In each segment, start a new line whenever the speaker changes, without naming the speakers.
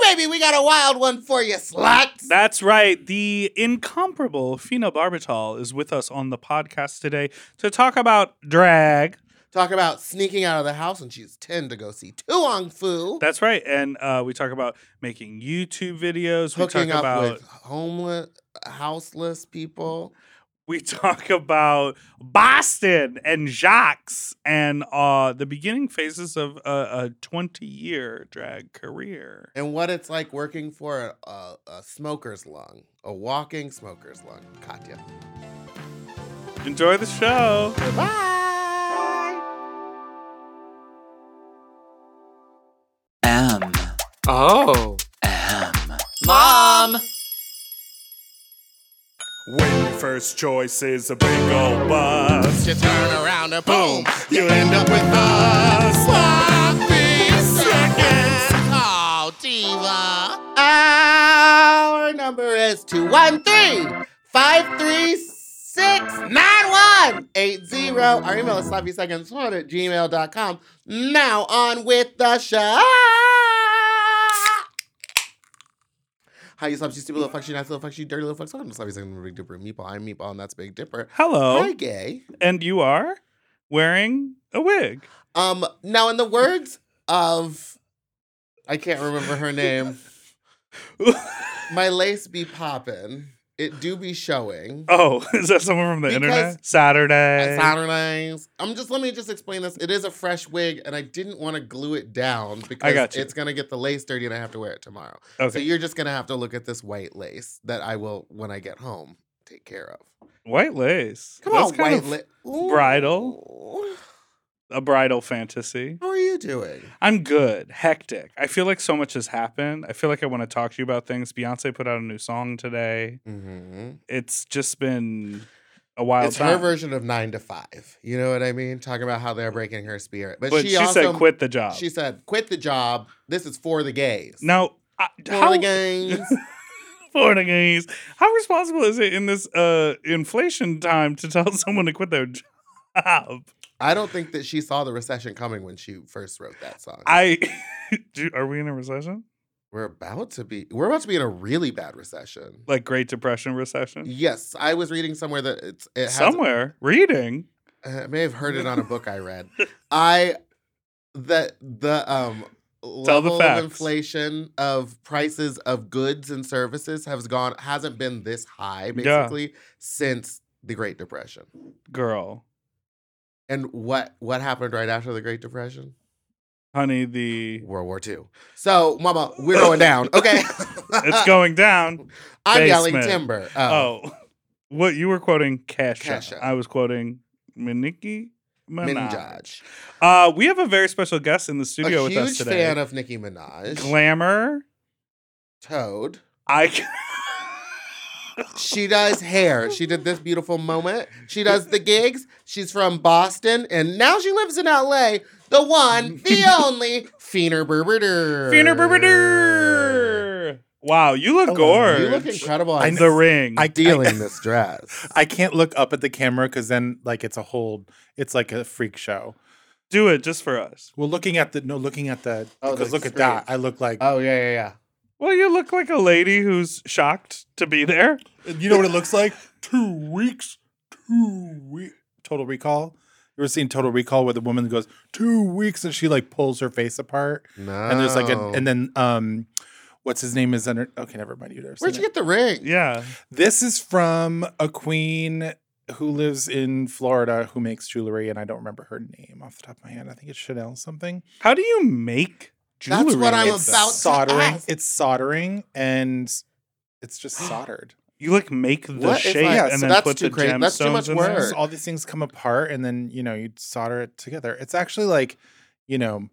Cody, we got a wild one for you, sluts.
That's right. The incomparable phenobarbital is with us on the podcast today to talk about drag.
Talk about sneaking out of the house and she's 10 to go see Tuong Fu.
That's right. And uh, we talk about making YouTube videos. We
hooking
talk
up
about
with homeless, houseless people.
we talk about Boston and Jacques and uh, the beginning phases of a, a 20 year drag career.
And what it's like working for a, a, a smoker's lung, a walking smoker's lung. Katya.
Enjoy the show.
Bye.
M.
Oh.
M.
Mom!
When your first choice is a big old bus,
You turn around and boom, you end up with a sloppy second. Oh, diva. Our number is 213-536-9180. Our email is sloppyseconds1 at gmail.com. Now on with the show. How you slops, you stupid little fuck, you nasty little fuck, you dirty little fuck. Welcome to Sloppy Seconds, Big Dipper, and Meatball. I'm Meatball, and that's Big Dipper.
hello.
Hi, gay.
And you are wearing a wig.
Um, now in the words of, I can't remember her name. My lace be poppin', it do be showing.
oh, is that someone from the
Because-
internet? Saturday.
Saturdays. I'm just let me just explain this. It is a fresh wig, and I didn't want to glue it down because
got you.
it's gonna get the lace dirty, and I have to wear it tomorrow. So
okay.
you're just gonna have to look at this white lace that I will, when I get home, take care of.
white lace.
Come
That's
on,
kind
white
of
lace.
bridal. A bridal fantasy.
How are you doing?
I'm good. Hectic. I feel like so much has happened. I feel like I want to talk to you about things. Beyonce put out a new song today.
Mm-hmm.
It's just been a wild
it's
time.
her version of nine to five. You know what I mean? Talking about how they're breaking her spirit, but,
but
she,
she,
also
said quit the job.
She said quit the job. This is for the gays.
now, I,
for
how,
the gays.
for the gays. How responsible is it in this uh, inflation time to tell someone to quit their job?
I don't think that she saw the recession coming when she first wrote that song.
I do, are we in a recession?
we're about to be. We're about to be in a really bad recession.
Like Great Depression recession?
Yes, I was reading somewhere that it's it has,
Somewhere reading.
I may have heard it on a book I read. I that the um
Tell the
level
facts.
of inflation of prices of goods and services has gone hasn't been this high basically since the Great Depression.
Girl,
And what what happened right after the Great Depression?
honey, the
World War II. So, mama, we're going down. Okay.
it's going down.
I'm yelling
basement.
timber.
Oh. what you were quoting Kesha.
Kesha.
I was quoting Miniki Minaj.
Minaj.
Uh, we have a very special guest in the
A
studio with us
huge
today.
fan of Nicki Minaj.
Glamour.
Toad.
I
She does hair. She did this beautiful moment. She does the gigs. She's from Boston, and now she lives in LA. The one, the only, Feener Berberder.
Feener Berberder. Wow, you look gorgeous.
You look incredible.
In
I'm
the ring.
I-
stealing this dress.
I can't look up at the camera because then, like, it's a whole, it's like a freak show.
do it just for us.
Well, looking at the, no, looking at the,
Oh,
because
the
look
screen.
at that. I look like,
Oh yeah, yeah, yeah.
Well, you look like a lady who's shocked to be there.
you know what it looks like? two weeks, two weeks. Total Recall. You ever seen Total Recall where the woman goes, two weeks, and she like pulls her face apart.
No.
And there's like a,
Oh.
and then, um, what's his name is under, okay, never mind. You've never
where'd
seen
you
it.
get the ring?
Yeah.
This is from a queen who lives in Florida who makes jewelry, and I don't remember her name off the top of my head. I think it's Chanel something.
How do you make jewelry?
That's what I'm
like that?
about to
soldering.
ask.
It's soldering, and it's just soldered.
You like make the
What if
shape
I-
and
so
then
that's
put
too
the
cra-
gemstones
that's too much
in
work.
there?
So all these things come apart, and then you know you solder it together. It's actually like, you know,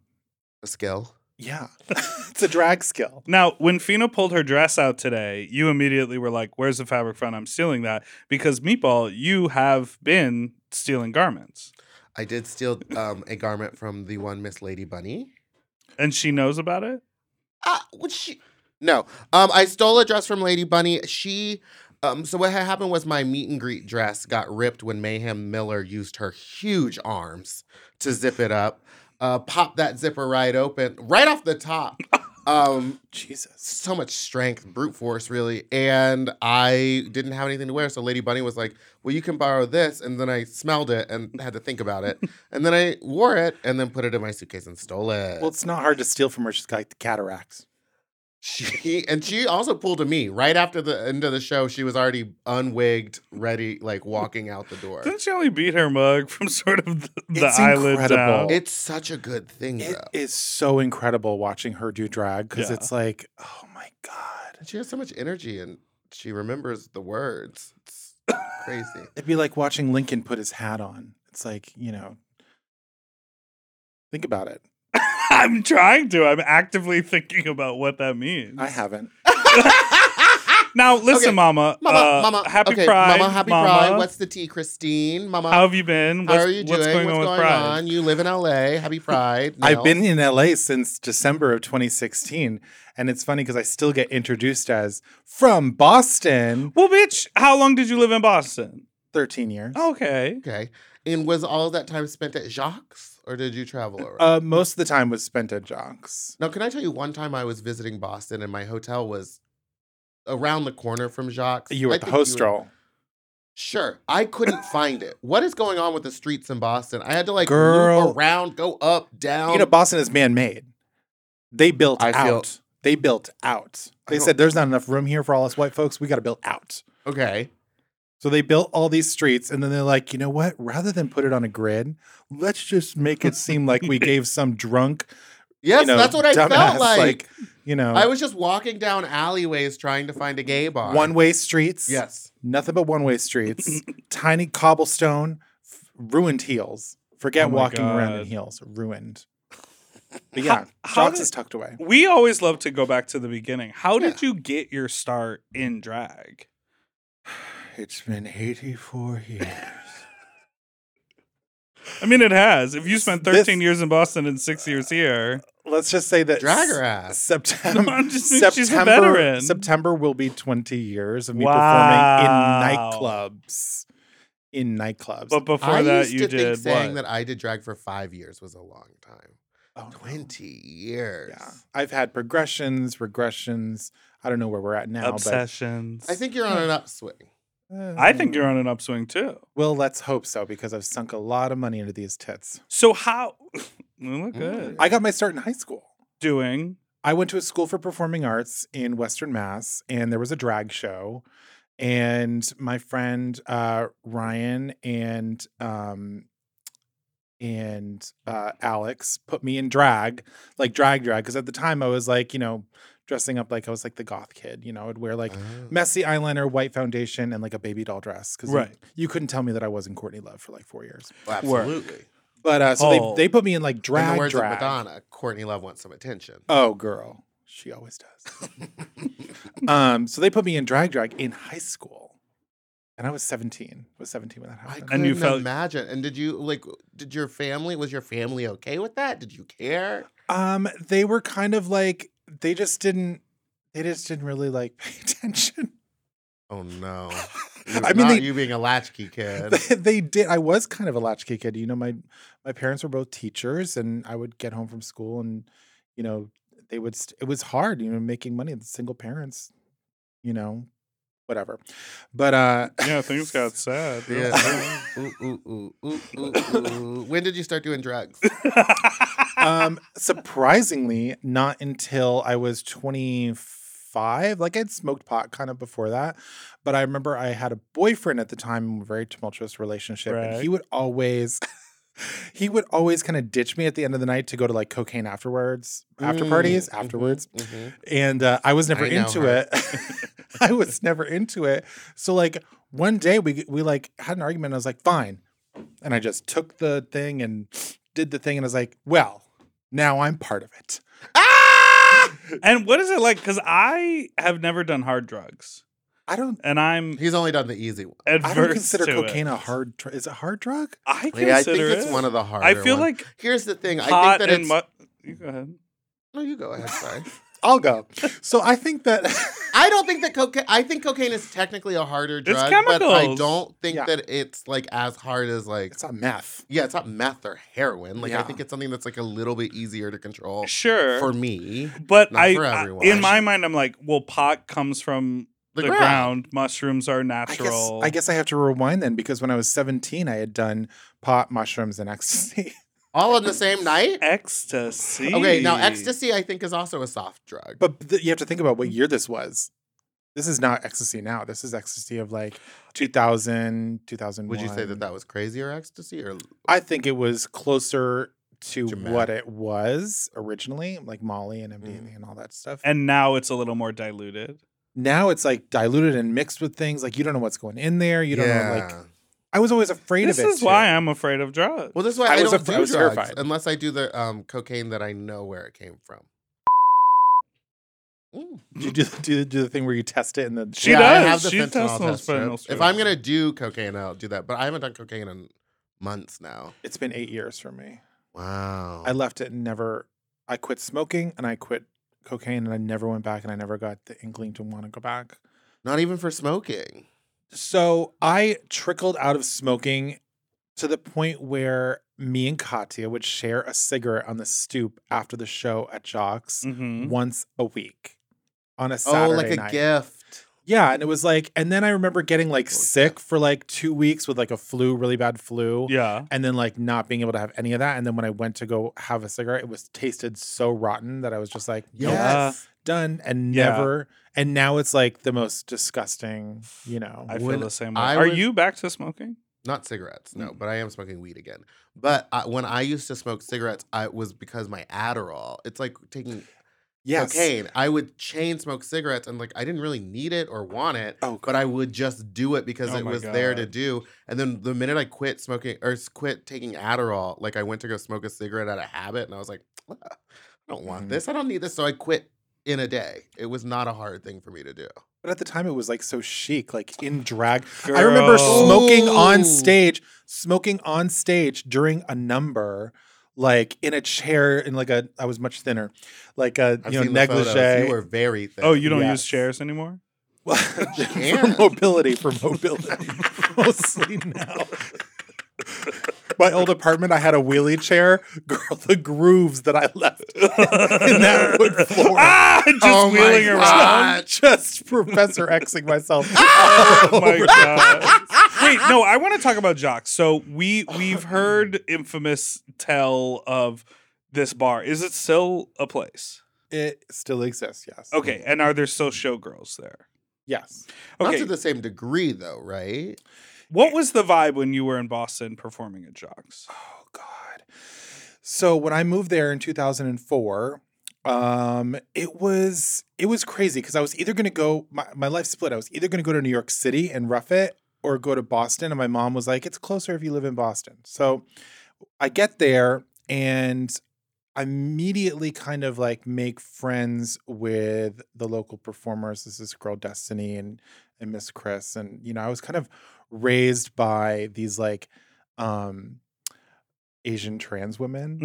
A skill.
yeah, it's a drag skill.
Now, when Fina pulled her dress out today, you immediately were like, "Where's the fabric from? I'm stealing that." Because Meatball, you have been stealing garments,
I did steal um, a garment from the one Miss Lady Bunny.
and she knows about it.
Uh, what she? No. Um, I stole a dress from Lady Bunny. She. Um, so what had happened was my meet and greet dress got ripped when Mayhem Miller used her huge arms to zip it up. Uh, popped that zipper right open, right off the top. Um,
Jesus.
so much strength, brute force, really. And I didn't have anything to wear. So Lady Bunny was like, Well, you can borrow this. And then I smelled it and had to think about it. and then I wore it and then put it in my suitcase and stole it.
Well, it's not hard to steal from her. She's got like, the cataracts.
she and she also pulled a me right after the end of the show. She was already unwigged, ready, like walking out the door.
Didn't she only beat her mug from sort of the, the
It's
eyelid
incredible.
down?
It's such a good thing,
It
though.
is so incredible watching her do drag because
Yeah.
it's like, oh my god,
And she has so much energy and she remembers the words. It's crazy.
it'd be like watching Lincoln put his hat on. It's like you know, think about it.
I'm trying to. I'm actively thinking about what that means.
I haven't.
Now, listen,
Okay.
Mama.
Mama,
uh,
Mama,
Happy
okay,
Pride.
Mama, happy Pride. What's the tea, Christine? Mama,
How have you been?
how
What's,
are you doing?
What's going on with Pride?
You live in LA. Happy Pride.
I've
Nell.
been in LA since December of 2016, and it's funny because I still get introduced as from Boston.
Well, bitch, how long did you live in Boston?
13 years.
Okay.
okay. And was all that time spent at Jacques, or did you travel around?
Uh, most of the time was spent at Jock's.
Now, can I tell you one time I was visiting Boston and my hotel was around the corner from Jacques?
You were
I
at the
think you
host roll.
Sure. I couldn't find it. What is going on with the streets in Boston? I had to like
Girl.
move around, go up, down.
you know, Boston is man made. They built
I feel-
out. They built out.
I
They
don't-
said there's not enough room here for all us white folks. We got to build out.
okay.
So they built all these streets, and then they're like, you know what? Rather than put it on a grid, let's just make it seem like we gave some drunk,
Yes,
you know,
that's what I
dumbass, uh
felt like.
you know,
I was just walking down alleyways trying to find a gay bar.
one way streets.
Yes.
nothing but one way streets, tiny cobblestone, f- ruined heels. Forget
Oh my
walking around in
God.
heels, ruined. But yeah,
how
Jocks
did-
is tucked away.
We always love to go back to the beginning. How did you get your start in drag?
It's been 84 years.
I mean, it has. If you spent
This-
13 years in Boston and six years here,
Let's just say that
Drag her ass.
September,
No, I'm just saying she's a
Um, September,
veteran.
September will be 20 years of me
Wow.
performing in nightclubs. In nightclubs.
but before
I
that,
used
you
to
did
think saying
what?
that I did drag for five years was a long time.
Oh, no.
Twenty years.
Yeah. I've had progressions, regressions. I don't know where we're at now.
Obsessions.
I think you're on an upswing.
But, uh,
I think you're on an upswing too.
Well, let's hope so because I've sunk a lot of money into these tits.
So how? we look good.
I got my start in high school.
Doing
I went to a school for performing arts in Western Mass, and there was a drag show. And my friend uh, Ryan and um, and uh, Alex put me in drag, like drag drag, because at the time I was like, you know, dressing up like I was like the goth kid. You know, I'd wear like
Oh.
messy eyeliner, white foundation, and like a baby doll dress. Because
Right.
you couldn't tell me that I wasn't Courtney Love for like four years.
Well,
Work.
absolutely.
But uh, so
Oh.
they, they put me in like
In
drag
the words
drag.
of Madonna, Courtney Love wants some attention.
Oh, girl, she always does. um, so they put me in drag drag in high school, and I was seventeen. Was seventeen when that
I
happened?
couldn't
And you felt-
imagine. And did you like? Did your family? Was your family okay with that? Did you care?
um, they were kind of like they just didn't. They just didn't really like pay attention.
Oh no!
I
not
mean, they,
you being a latchkey kid.
they they did. I was kind of a latchkey kid. You know, my my parents were both teachers, and I would get home from school, and you know, they would. St- it was hard, you know, making money. The single parents, you know, whatever. But uh,
yeah, things got sad.
yeah. ooh, ooh, ooh, ooh, ooh, ooh, ooh. When did you start doing drugs?
um, surprisingly, not until I was 25. Like I'd smoked pot kind of before that, but I remember I had a boyfriend at the time, a very tumultuous relationship, and
Brag.
he would always. He would always kind of ditch me at the end of the night to go to like cocaine afterwards, after
Mm,
parties,
mhm,
afterwards.
mhm.
And uh, I was never
I know
into
her.
it. I was never into it. So like one day we we like had an argument. And I was like, fine, and I just took the thing and did the thing, and I was like, well, now I'm part of it.
and what is it like? Because I have never done hard drugs,
I don't.
and I'm
He's only done the easy one.
adverse.
I don't consider
to
cocaine
it.
a hard. Dr- is it a hard drug?
I consider
Yeah, I think it's
it.
one of the harder.
I feel
ones.
like
here's the thing. I
pot
think that
and
it's.
mu- you go ahead.
no, you go ahead. Sorry.
I'll go. So I think that
I don't think that cocaine. I think cocaine is technically a harder
It's
drug, but I
chemicals.
don't think
Yeah.
that it's like as hard as like.
It's not meth.
yeah, it's not meth or heroin. Like I
Yeah.
think it's something that's like a little bit easier to control
Sure.
for me.
but
Not
I,
for
I-
everyone.
in my mind, I'm like, well, pot comes from the, ground. Mushrooms are
I guess,
natural.
I guess I have to rewind then because when I was 17, I had done pot, mushrooms, and ecstasy.
All on the same night.
ecstasy.
Okay, now ecstasy I think is also a soft drug.
But th- you have to think about
Mm.
what year this was. This is not ecstasy now. This is ecstasy of like 2000, 2001.
Would you say that that was crazier ecstasy or
I think it was closer to
Dramatic.
what it was originally, like Molly and MDMA
Mm.
and all that stuff.
And now it's a little more diluted.
now it's like diluted and mixed with things. Like you don't know what's going in there. You don't know. Like I was always afraid
This
of it.
is why I'm afraid of drugs.
Well, this is why I,
I was
don't
af-
do
I was
drugs
terrified.
unless I do the um, cocaine that I know where it came from. Mm.
you do, do do the thing where you test it and then
She
yeah, I have
does.
the
She
fentanyl
tests those
test strip.
fentanyl
If I'm
strips.
gonna do cocaine, I'll do that. But I haven't done cocaine in months now.
It's been eight years for me.
Wow.
I left it and never. I quit smoking and I quit cocaine and I never went back and I never got the inkling to want to go back.
Not even for smoking.
So I trickled out of smoking to the point where me and Katya would share a cigarette on the stoop after the show at Jocks
Mhm.
once a week on a Saturday
oh, like a
night.
gift.
Yeah, and it was like, and then I remember getting like
Oh,
sick for like two weeks with like a flu, really bad flu,
Yeah.
and then like not being able to have any of that. And then when I went to go have a cigarette, it was tasted so rotten that I was just like,
Yes.
yeah, done, and
Yeah.
never. And now it's like the most disgusting, you know.
I feel
When
the same way.
I
Are
was-
you back to smoking?
Not cigarettes, no,
Mm.
but I am smoking weed again. But I, when I used to smoke cigarettes, I it was because my Adderall. It's like taking
yes.
cocaine. I would chain smoke cigarettes, and like I didn't really need it or want it.
Oh,
but I would just do it because
Oh
it
my
was there to
God.
do. And then the minute I quit smoking or s- quit taking Adderall, like I went to go smoke a cigarette out of habit, and I was like, "Ah, I don't want
Mm-hmm.
Mhm.
this. I don't need this. So I quit in a day. It was not a hard thing for me to do.
But at the time, it was like so chic, like in drag. I remember
Girl.
smoking
Ooh.
on stage, smoking on stage during a number, like in a chair, in like a, I was much thinner, like a,
I've
you know,
seen the photos.
negligee.
You were very thin.
Oh, you don't use
Yes.
chairs anymore?
Well,
can't.
for mobility, for mobility, mostly now. My old apartment, I had a wheelie chair. Girl, the grooves that I left in that wood floor.
Ah, just
Oh my
wheeling
God. Ah!
around.
Just Professor Xing myself.
Oh my god. Wait, no, I want to talk about jocks. So we
Oh.
we've heard infamous tell of this bar. Is it still a place?
It still exists, yes.
Okay, and are there still showgirls there?
Yes.
Not
Okay,
to the same degree, though, right?
what was the vibe when you were in Boston performing at Jocks?
Oh God. So when I moved there in 2004, um, it was it was crazy because I was either gonna go my, my life split. I was either gonna go to New York City and rough it or go to Boston. And my mom was like, it's closer if you live in Boston. So I get there and immediately kind of like make friends with the local performers. This is Girl Destiny and and Miss Chris. And you know, I was kind of raised by these like um Asian trans women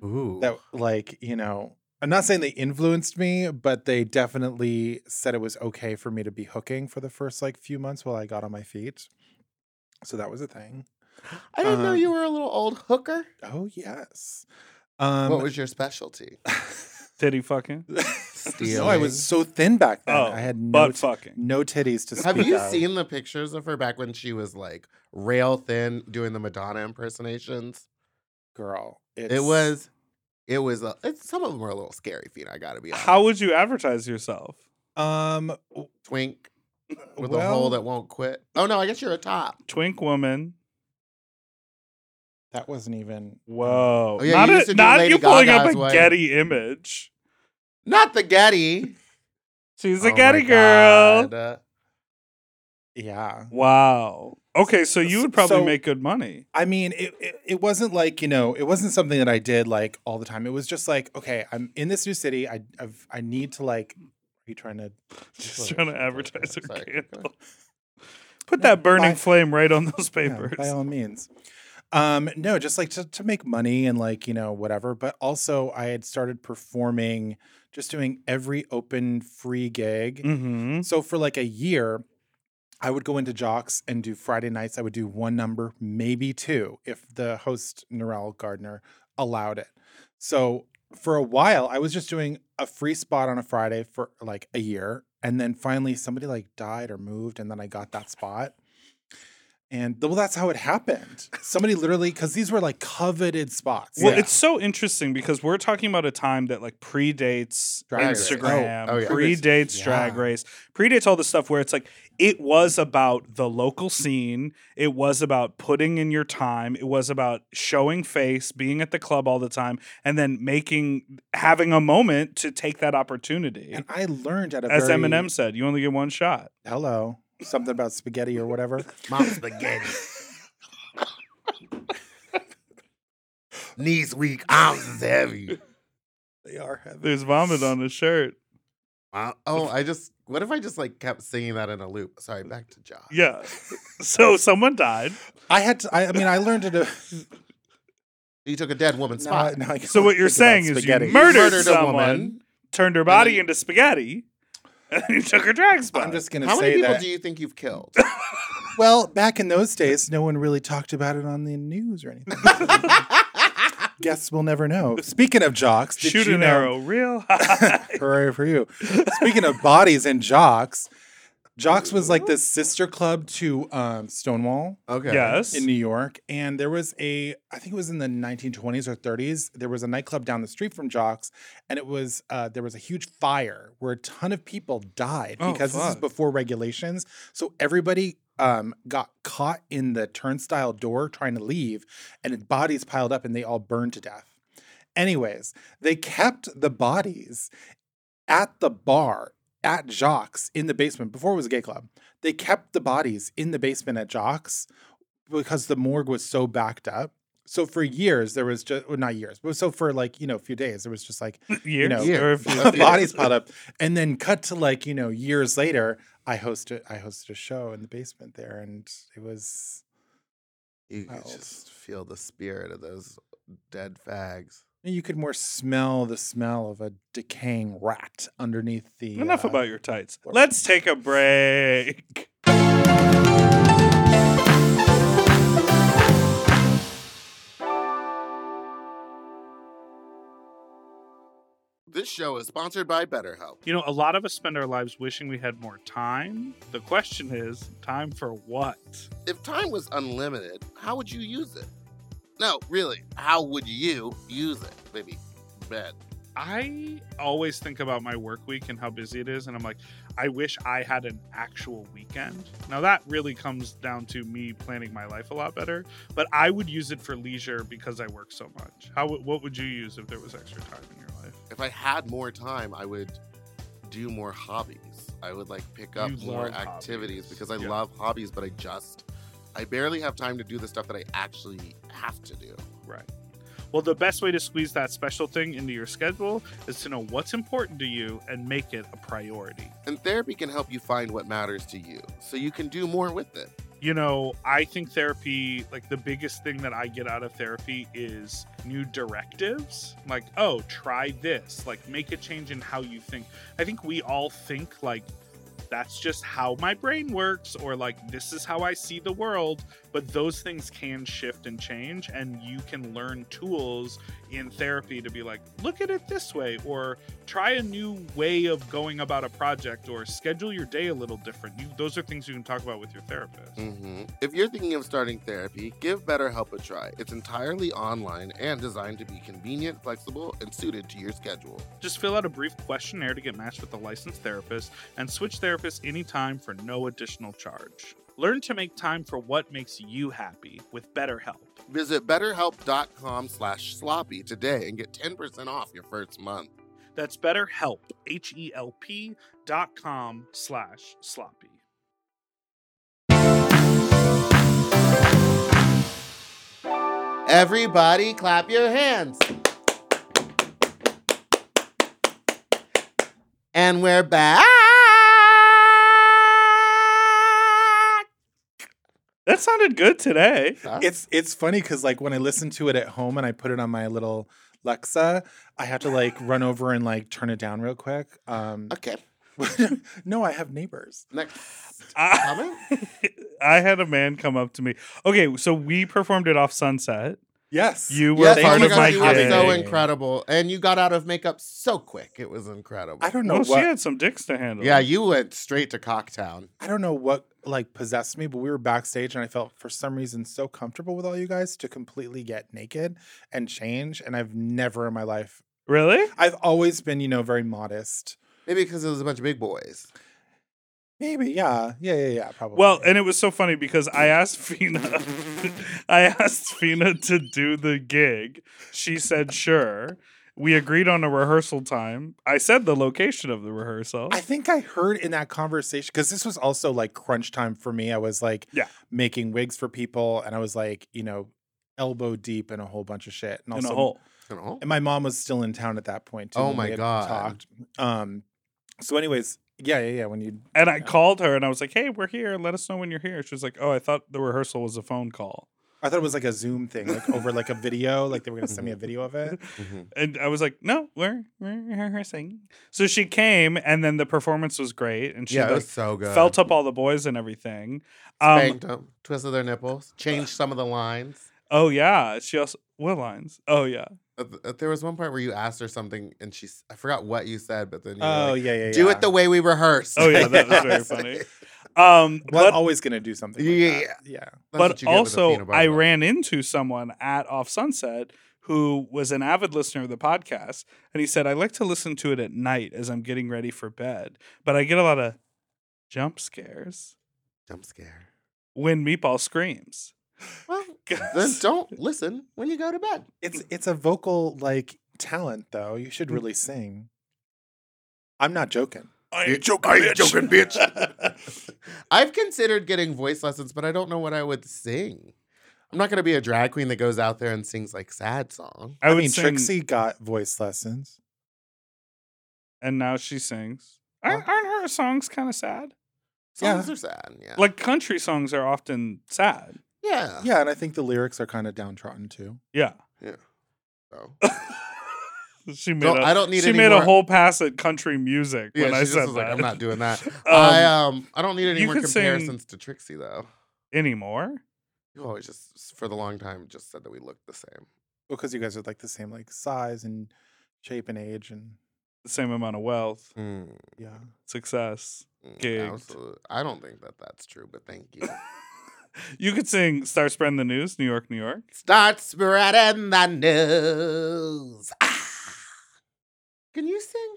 Mm-hmm.
Ooh.
that like, you know, I'm not saying they influenced me, but they definitely said it was okay for me to be hooking for the first like few months while I got on my feet. So that was a thing.
I didn't
Uh-huh.
know
uh,
you were a little old hooker.
Oh yes. Um
what was your specialty?
Titty fucking.
No, I was so thin back then.
Oh,
I had no
butt fucking.
no titties to speak
Have you
of.
seen the pictures of her back when she was like rail thin doing the Madonna impersonations?
girl?
It
it's-
was, it was. A, it's, some of them were a little scary, Fina. I gotta be honest.
How would you advertise yourself?
um w-
twink with a
well,
hole that won't quit? Oh no, I guess you're a top.
Twink woman.
that wasn't even um,
Whoa.
Oh, yeah,
not
you
a-
used to do
not
Lady
you pulling
Gaga's
up a
way.
Getty image.
Not the Getty.
She's
Oh
a
my
Getty girl.
God. Uh,
Yeah.
Wow. Okay, so you would probably
So-
make good money.
I mean, it, it it wasn't like you know, it wasn't something that I did like all the time. It was just like, okay, I'm in this new city. I I've, I need to like. Are you trying to?
Just
Sorry,
trying to
sorry,
advertise her
sorry, sorry.
candle. Put
No,
that burning
by-
flame right on those
Yeah,
papers.
by all means. Um, no, just like to to make money and like you know whatever. But also, I had started performing just doing every open free gig.
Mm-hmm.
So for like a year, I would go into Jocks and do Friday nights. I would do one number, maybe two, if the host Narelle Gardner allowed it. So for a while, I was just doing a free spot on a Friday for like a year, and then finally somebody like died or moved, and then I got that spot. And well, that's how it happened. Somebody literally, because these were like coveted spots.
Well,
Yeah.
it's so interesting because we're talking about a time that like predates
Drag Race.
Instagram,
Oh, oh, yeah.
predates Drag
Yeah.
Race, predates all this stuff where it's like it was about the local scene. It was about putting in your time. It was about showing face, being at the club all the time, and then making having a moment to take that opportunity.
and I learned at a
As
very,
Eminem said, you only get one shot.
hello something about spaghetti or whatever.
Mom's spaghetti. Knees weak, arms is heavy.
They are heavy.
There's vomit on his shirt.
Wow. Oh, I just. What if I just like kept singing that in a loop? Sorry, back to Josh.
Yeah. So someone died.
I had to. I, I mean, I learned it. A,
He took a dead woman's
now I-
spot.
now I
So what you're
think
saying
about
is you
spaghetti.
mur- murdered
a
someone.
woman.
turned her body into spaghetti, and then you took her drag spot.
I'm just gonna
How many
say
people
that.
do you think you've killed?
well, back in those days, no one really talked about it on the news or anything. Guess we'll never know. Speaking of jocks, did
shoot
you
an
know-
arrow real high.
Hooray for you. Speaking of bodies and jocks, jocks was like this sister club to um, Stonewall.
Okay.
yes.
in New York, and there was a I think it was in the 1920s or 30s. There was a nightclub down the street from Jocks, and it was uh, there was a huge fire where a ton of people died
Oh,
because this is
fuck.
before regulations. So everybody um, got caught in the turnstile door trying to leave, and its bodies piled up, and they all burned to death. Anyways, they kept the bodies at the bar at Jocks in the basement before it was a gay club. They kept the bodies in the basement at Jocks because the morgue was so backed up. So for years there was just well, not years, but so for like you know a few days there was just like
Years
know,
Yeah.
or if you-
Yeah.
bodies piled up, and then cut to like you know years later. I hosted I hosted a show in the basement there, and it was
You could
Wow.
just feel the spirit of those dead fags.
you could more smell the smell of a decaying rat underneath the
Enough
uh,
about your tights. Let's take a break.
This show is sponsored by BetterHelp.
You know, a lot of us spend our lives wishing we had more time. The question is, time for what?
If time was unlimited, how would you use it? No, really, how would you use it? Maybe bed.
I always think about my work week and how busy it is, and I'm like, I wish I had an actual weekend. Now, that really comes down to me planning my life a lot better, but I would use it for leisure because I work so much. How, would- what would you use if there was extra time in your life?
If I had more time, I would do more hobbies. I would like pick up
You
more
love
activities
hobbies.
because I
Yeah.
love hobbies, but I just I barely have time to do the stuff that I actually have to do.
Right. Well, the best way to squeeze that special thing into your schedule is to know what's important to you and make it a priority.
And therapy can help you find what matters to you so you can do more with it.
You know, I think therapy, like the biggest thing that I get out of therapy is new directives. Like, oh, try this, like make a change in how you think. I think we all think like that's just how my brain works or like this is how I see the world, but those things can shift and change and you can learn tools in therapy to be like, look at it this way or try a new way of going about a project or schedule your day a little different. You, those are things you can talk about with your therapist.
hmm If you're thinking of starting therapy, give BetterHelp a try. It's entirely online and designed to be convenient, flexible, and suited to your schedule.
Just fill out a brief questionnaire to get matched with a licensed therapist and switch therapists anytime for no additional charge. Learn to make time for what makes you happy with BetterHelp.
Visit betterhelp.com slash sloppy today and get 10% off your first month.
That's BetterHelp, H-E-L-P dot com slash sloppy.
Everybody clap your hands. And we're back.
That sounded good today.
Huh?
It's it's funny because like when I listen to it at home and I put it on my little Lexa, I had to like run over and like turn it down real quick. Um,
Okay.
no, I have neighbors.
Next
I,
comment.
I had a man come up to me. Okay, so we performed it off Sunset.
Yes,
You were
Yes,
part
oh my
of
God,
my
you were
gig.
so
in-
incredible, and you got out of makeup so quick. It was incredible.
I don't know
well, she
what
had some dicks to handle.
yeah, you went straight to Cocktown.
I don't know what like possessed me, but we were backstage and I felt for some reason so comfortable with all you guys to completely get naked and change. And I've never in my life,
Really?
I've always been, you know, very modest.
Maybe because it was a bunch of big boys.
Maybe, yeah, yeah, yeah, yeah, probably.
Well, and it was so funny because I asked Fina, I asked Fina to do the gig. She said sure. We agreed on a rehearsal time. I said the location of the rehearsal.
I think I heard in that conversation because this was also like crunch time for me. I was like,
Yeah.
making wigs for people, and I was like, you know, elbow deep in a whole bunch of shit, and
in
also
a hole.
You know?
And my mom was still in town at that point too.
Oh
when we
my
had
God.
Talked. Um. So, anyways, yeah, yeah, yeah. When you
And I
Yeah.
called her and I was like, "Hey, we're here. Let us know when you're here." She was like, "Oh, I thought the rehearsal was a phone call."
I thought it was like a Zoom thing, like over like a video, like they were gonna send me a video of it.
Mhm.
And I was like, "No, we're we're rehearsing." So she came, and then the performance was great, and she
Yeah, it
like,
was so good.
felt up all the boys and everything. Um,
Spanked them, twisted their nipples, changed some of the lines.
oh yeah, she also what lines? Oh yeah,
Uh, th- uh, There was one part where you asked her something, and she s- I forgot what you said, but then you were
Oh
like,
yeah, yeah, yeah.
do it the way we rehearsed.
oh yeah, that was very
Yes.
funny. Um,
Well, I'm
but
always gonna do something. Like
Yeah,
that. yeah.
That's
but
what you get with a
also,
peanut butter
I
cup.
ran into someone at Off Sunset who was an avid listener of the podcast, and he said, "I like to listen to it at night as I'm getting ready for bed, but I get a lot of jump scares
jump scare.
when Meatball screams."
Well, then don't listen when you go to bed.
It's it's a vocal like talent though. You should really sing. I'm not joking.
I
ain't joking, bitch. I've considered getting voice lessons, but I don't know what I would sing. I'm not going to be a drag queen that goes out there and sings like sad song.
I,
I,
would
mean,
sing,
Trixie got voice lessons.
and now she sings. Aren't, aren't her songs kind of sad?
Songs
Yeah.
are sad. Yeah.
Like country songs are often sad.
yeah.
Yeah, and I think the lyrics are kind of downtrodden too.
Yeah.
So.
she made.
Don't-
a-
I don't need
she
any
made
more.
a whole pass at country music
yeah,
when
she
I
just
said
was
that.
like,
Um,
I'm not doing that. I um I don't need any
you
more
could sing-
comparisons to Trixie though.
anymore.
You always just for the long time just said that we looked the same.
Because you guys are like the same like size and shape and age and
The same amount of wealth,
Mm,
yeah.
success.
mm,
Gigged.
absolute- I don't think that that's true, but thank you.
You could sing "Start Spreading the News," New York, New York.
Start spreading the news. Ah. Can you sing?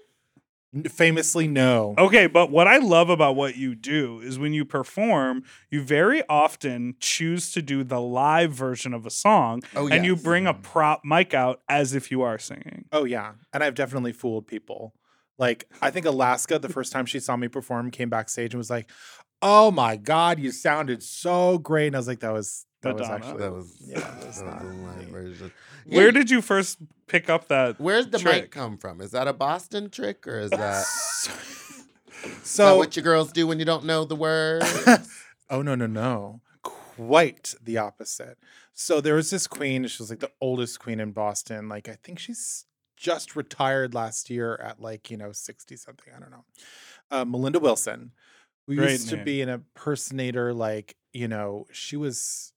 N- Famously, no.
Okay, but what I love about what you do is when you perform, you very often choose to do the live version of a song,
Oh,
and you
yes.
bring a prop mic out as if you are singing.
Oh yeah, and I've definitely fooled people. Like I think Alaska, the first time she saw me perform, came backstage and was like, "Oh my god, you sounded so great!" And I was like, "That was that
Madonna.
was actually
That was
yeah, that was
that
not
was the live
me."
version.
Where
Yeah,
did you first pick up that?
where's the
trick?
mic come from? Is that a Boston trick or is that, is that
so."
what you girls do when you don't know the word?
oh no no no, quite the opposite. So there was this queen. She was like the oldest queen in Boston. Like I think she's just retired last year at like you know sixty something. I don't know. Uh, Melinda Wilson, who
Great
used to
name.
be an impersonator. Like you know, she was.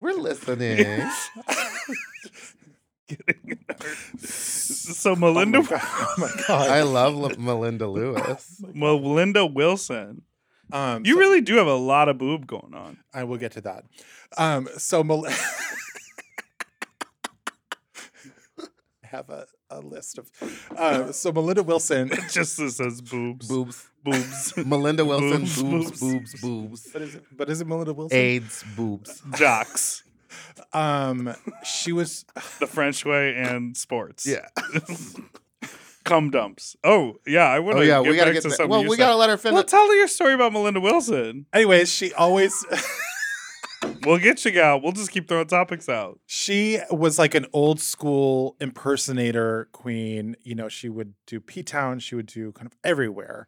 We're listening.
Getting nervous. so Melinda,
Oh my god! Oh my god.
I love L- Melinda Lewis.
Melinda Wilson.
um,
You
so-
really do have a lot of boob going on.
I will get to that. Um, so Mel- I have a, a list of um, so Melinda Wilson.
It just says boobs,
Boobs.
boobs,
Melinda Wilson.
Boobs,
Boobs. Boobs.
boobs.
Boobs.
But is it, but is it Melinda Wilson?
AIDS. Boobs.
jocks,
Um, she was
the French way, and sports.
Yeah.
cum dumps. Oh yeah, I want
Oh
to.
yeah.
get
We gotta
back
get.
to
that-
something.
Well,
you
we
said.
gotta let her finish.
Well, tell your story about Melinda Wilson.
anyways. She always
We'll get you out. We'll just keep throwing topics out.
she was like an old school impersonator queen. You know, she would do P Town. She would do kind of everywhere.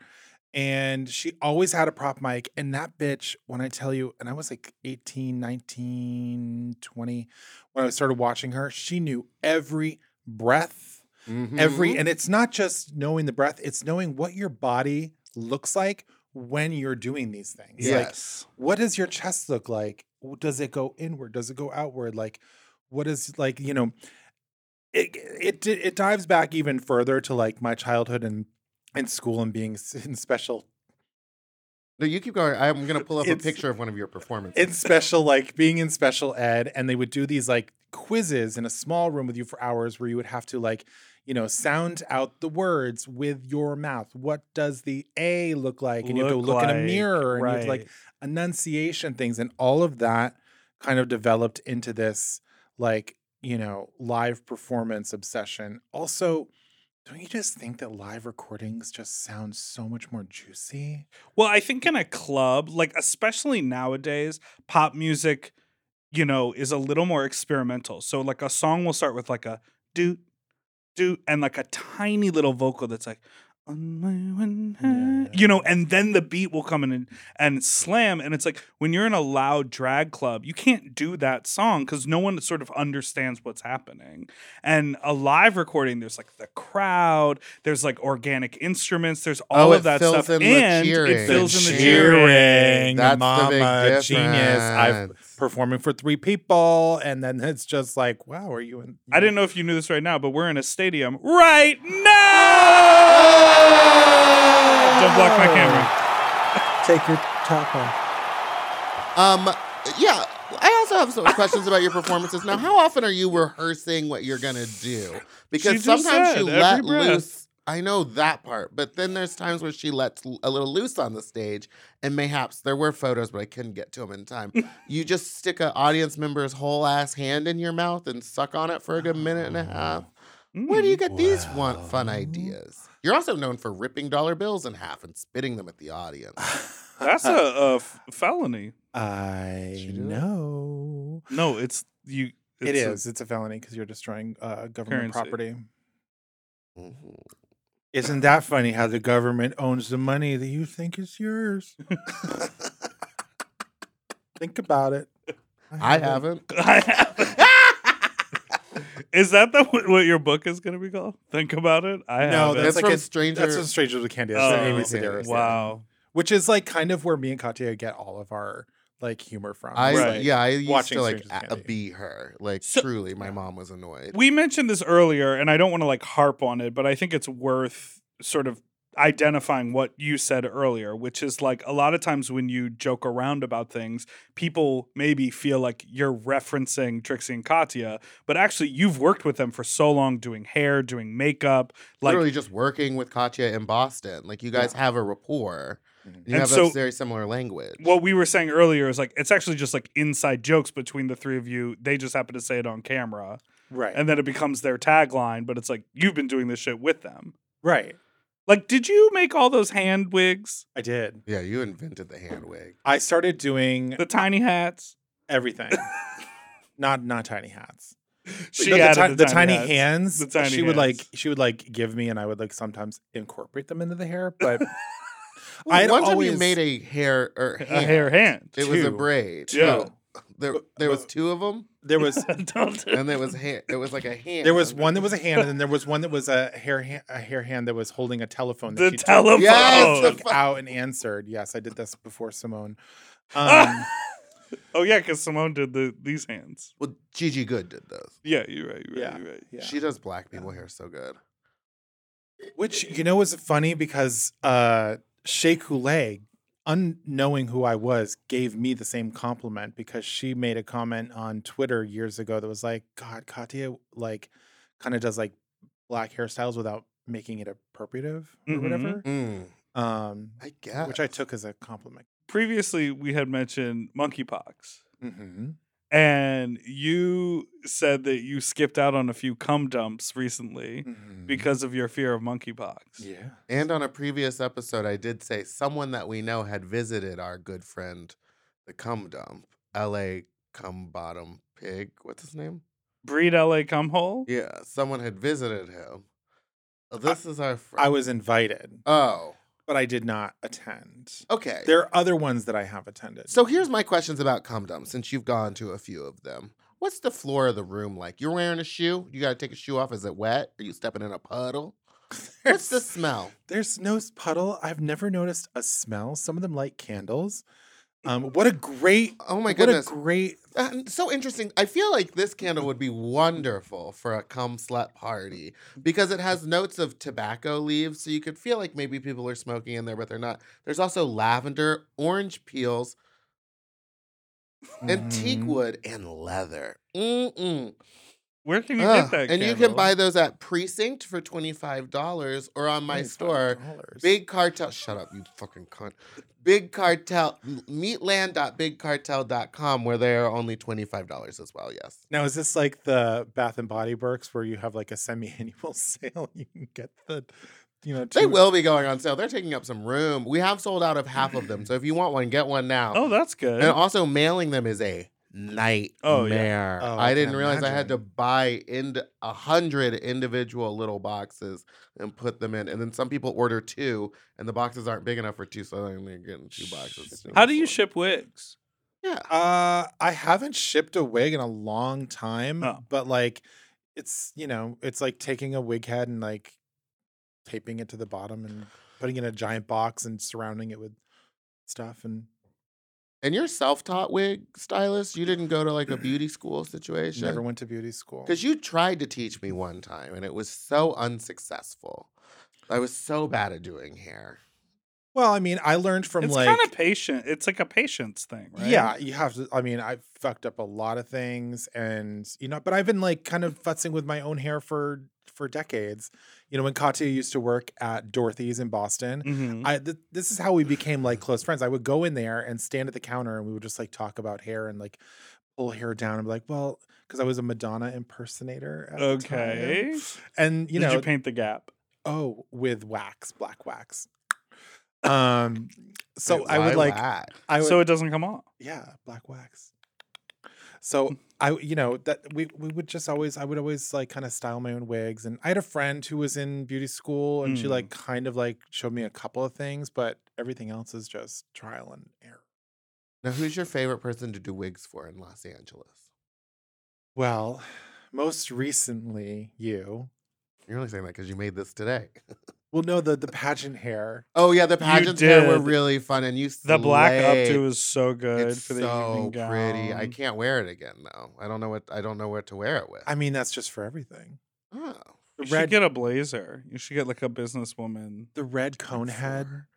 and she always had a prop mic and that bitch when i tell you and i was like 18 19 20 when i started watching her she knew every breath
Mm-hmm.
every and it's not just knowing the breath it's knowing what your body looks like when you're doing these things like
yes.
what does your chest look like W- does it go inward does it go outward like what is like you know it it di- it dives back even further to like my childhood and and school and being s- in special
no, you keep going. I'm gonna pull up a
It's-
picture of one of your performances.
in special like being in special ed and they would do these like quizzes in a small room with you for hours where you would have to like you know sound out the words with your mouth what does the a look like and you have to look in a
like,
mirror and you have to like
right.
enunciation things and all of that kind of developed into this like you know live performance obsession also don't you just think that live recordings just sound so much more juicy
Well, I think in a club, like especially nowadays, pop music, you know, is a little more experimental. So like a song will start with like a doot doot and like a tiny little vocal that's like on my one hand,"
Yeah.
you know, and then the beat will come in and, and slam. And it's like when you're in a loud drag club, you can't do that song because no one sort of understands what's happening. And a live recording, there's like the crowd, there's like organic instruments, there's all
Oh,
of
it
that
fills
stuff.
in the
and
cheering.
it fills in the
cheering.
cheering.
That's
mama
the big
genius i've
difference.
performing for three people and then it's just like wow are you in
I didn't know if you knew this right now, but we're in a stadium right now. Don't block my camera.
take your top off
Um, yeah, I also have some questions about your performances. Now, how often are you rehearsing what you're gonna do? Because
just
sometimes
said,
you
every
let
breath.
loose. I know that part, but then there's times where she lets l- a little loose on the stage, and mayhaps there were photos, but I couldn't get to them in time. you just stick an audience member's whole ass hand in your mouth and suck on it for a good minute and a half.
Mm,
Where do you get these one, fun
Wow.
ideas? You're also known for ripping dollar bills in half and spitting them at the audience.
That's a, a f- felony.
i
Should do it.
know
No, it's you. It's
it's
a-
it's a felony because you're destroying uh,
Currency.
government property isn't that funny how the government owns the money that you think is yours think about it
I haven't.
is that the what what your book is going to be called? Think about it. I
No,
haven't.
That's,
That's like
from
a-
Stranger.
that's from Strangers with Candy. That's
Oh,
from Amy
okay.
Sedaris.
wow.
Which is like kind of where me and Katya get all of our like humor from.
I
It's
Right.
like-
yeah, I used
watching
to like
Strangers
a,
Candy.
be her. Like
So-
truly, my mom was annoyed.
We mentioned this earlier, and I don't want to like harp on it, but I think it's worth sort of identifying what you said earlier, which is like a lot of times when you joke around about things, people maybe feel like you're referencing Trixie and Katya, but actually you've worked with them for so long doing hair, doing makeup, like
Literally just working with Katya in Boston. Like you guys have a rapport.
Mhm.
You
And
have
so-
a very similar language.
what we were saying earlier is like it's actually just like inside jokes between the three of you. They just happen to say it on camera.
Right.
And then it becomes their tagline, but it's like you've been doing this shit with them.
right.
Like, did you make all those hand wigs?
I did.
yeah, you invented the hand wig.
I started doing
The tiny hats.
everything. not not tiny hats.
She
the, the
added
ti-
the
the tiny
hats.
hands.
The tiny
she would like
hands.
she would like give me and I would like sometimes incorporate them into the hair, but
I
I'd
one time you
always-
made a hair or
A
hand.
hair hand.
It was a
Two.
braid.
Yeah.
No, There, there was two of them,
there was
Don't do-
and there was hand. It was like a hand.
there was one that was a hand and then there was one that was a hair hand, a hair hand that was holding a telephone that
the
she took
telephone.
Yes, the fu-
out and answered. Yes, I did this before Simone. Um,
oh yeah, because Simone did the these hands.
Well, Gigi Good did those.
Yeah, you're right. You're right.
Yeah.
You're right.
yeah.
She does black people hair so good.
Which you know was funny because uh Shea Coulee, unknowing who I was, gave me the same compliment because she made a comment on Twitter years ago that was like, God, Katya like kind of does like black hairstyles without making it appropriative or
Mhm.
whatever.
Mm,
Um
I guess.
which I took as a compliment.
Previously, we had mentioned monkeypox,
Mhm.
and you said that you skipped out on a few cum dumps recently
Mm-hmm.
Mhm.
because of your fear of monkeypox.
yeah.
And on a previous episode, I did say someone that we know had visited our good friend, the cum dump, L.A. cum bottom pig. What's his name?
Breed LA cum hole.
Yeah, someone had visited him. Uh, This Oh, is our friend.
I was invited.
Oh,
but I did not attend.
Okay.
There are other ones that I have attended.
So here's my questions about Cumdom, since you've gone to a few of them. What's the floor of the room like? You're wearing a shoe. You got to take a shoe off. Is it wet? Are you stepping in a puddle? What's the smell?
There's no s- puddle. I've never noticed a smell. Some of them light candles. Um, what a great,
Oh my
what
goodness!
a great.
Uh, so interesting. I feel like this candle would be wonderful for a cum slut party because it has notes of tobacco leaves, so you could feel like maybe people are smoking in there, but they're not. There's also lavender, orange peels, antique
Mhm.
wood, and leather. Mm-mm.
Where can you
Ugh.
get that?
and you can
candle?
buy those at Precinct for twenty five dollars, or on my store,
$25.
Big Cartel. Shut up, you fucking cunt. Big Cartel, meatland.bigcartel.com, where they are only $25 as well. Yes.
Now is this like the Bath and Body Works where you have like a semi-annual sale? You can get the, you know,
They
two-
will be going on sale. They're taking up some room. We have sold out of half of them. So if you want one, get one now.
Oh, that's good.
and also, mailing them is a nightmare.
Oh,
Oh, I
I
can
didn't realize I had to
imagine.
buy in a hundred individual little boxes and put them in. And then some people order two, and the boxes aren't big enough for two. So then they're getting two boxes.
How do you ship wigs?
Yeah.
Uh, I haven't shipped a wig in a long time,
Oh.
but like, it's you know, it's like taking a wig head and like taping it to the bottom and putting it in a giant box and surrounding it with stuff and
And you're self-taught wig stylist. You didn't go to like a beauty school situation.
never went to beauty school.
Because you tried to teach me one time, and it was so unsuccessful. I was so bad at doing hair.
well, I mean, I learned from
it's
like
kind of patient. It's like a patience thing, right?
Yeah, you have to. I mean, I've fucked up a lot of things, and you know, but I've been like kind of futzing with my own hair for for decades. You know, when Katya used to work at Dorothy's in Boston,
Mhm.
I th- this is how we became like close friends. I would go in there and stand at the counter, and we would just like talk about hair and like pull hair down and be like, well, because I was a Madonna impersonator. At the time.
Okay.
and you
Did
know,
you paint the gap?
oh, with wax, black wax. Um, so
Wait,
I would
why
like,
that?
I would,
so it doesn't come off.
yeah, black wax. So I, you know, that we we would just always, I would always like kind of style my own wigs, and I had a friend who was in beauty school, and she
Mm.
like kind of like showed me a couple of things, but everything else is just trial and error.
Now, who's your favorite person to do wigs for in Los Angeles?
Well, most recently, you.
You're only saying that because you made this today.
Well, no, the the pageant hair.
Oh yeah, the pageants there were
did.
really fun, and you
The black
slayed.
updo is so good
It's
for the
so
evening gown.
pretty. I can't wear it again though. I don't know what I don't know what to wear it with.
I mean, that's just for everything.
oh,
The
You
red-
should get a blazer. You should get like a businesswoman.
The red cone
for
head.
her.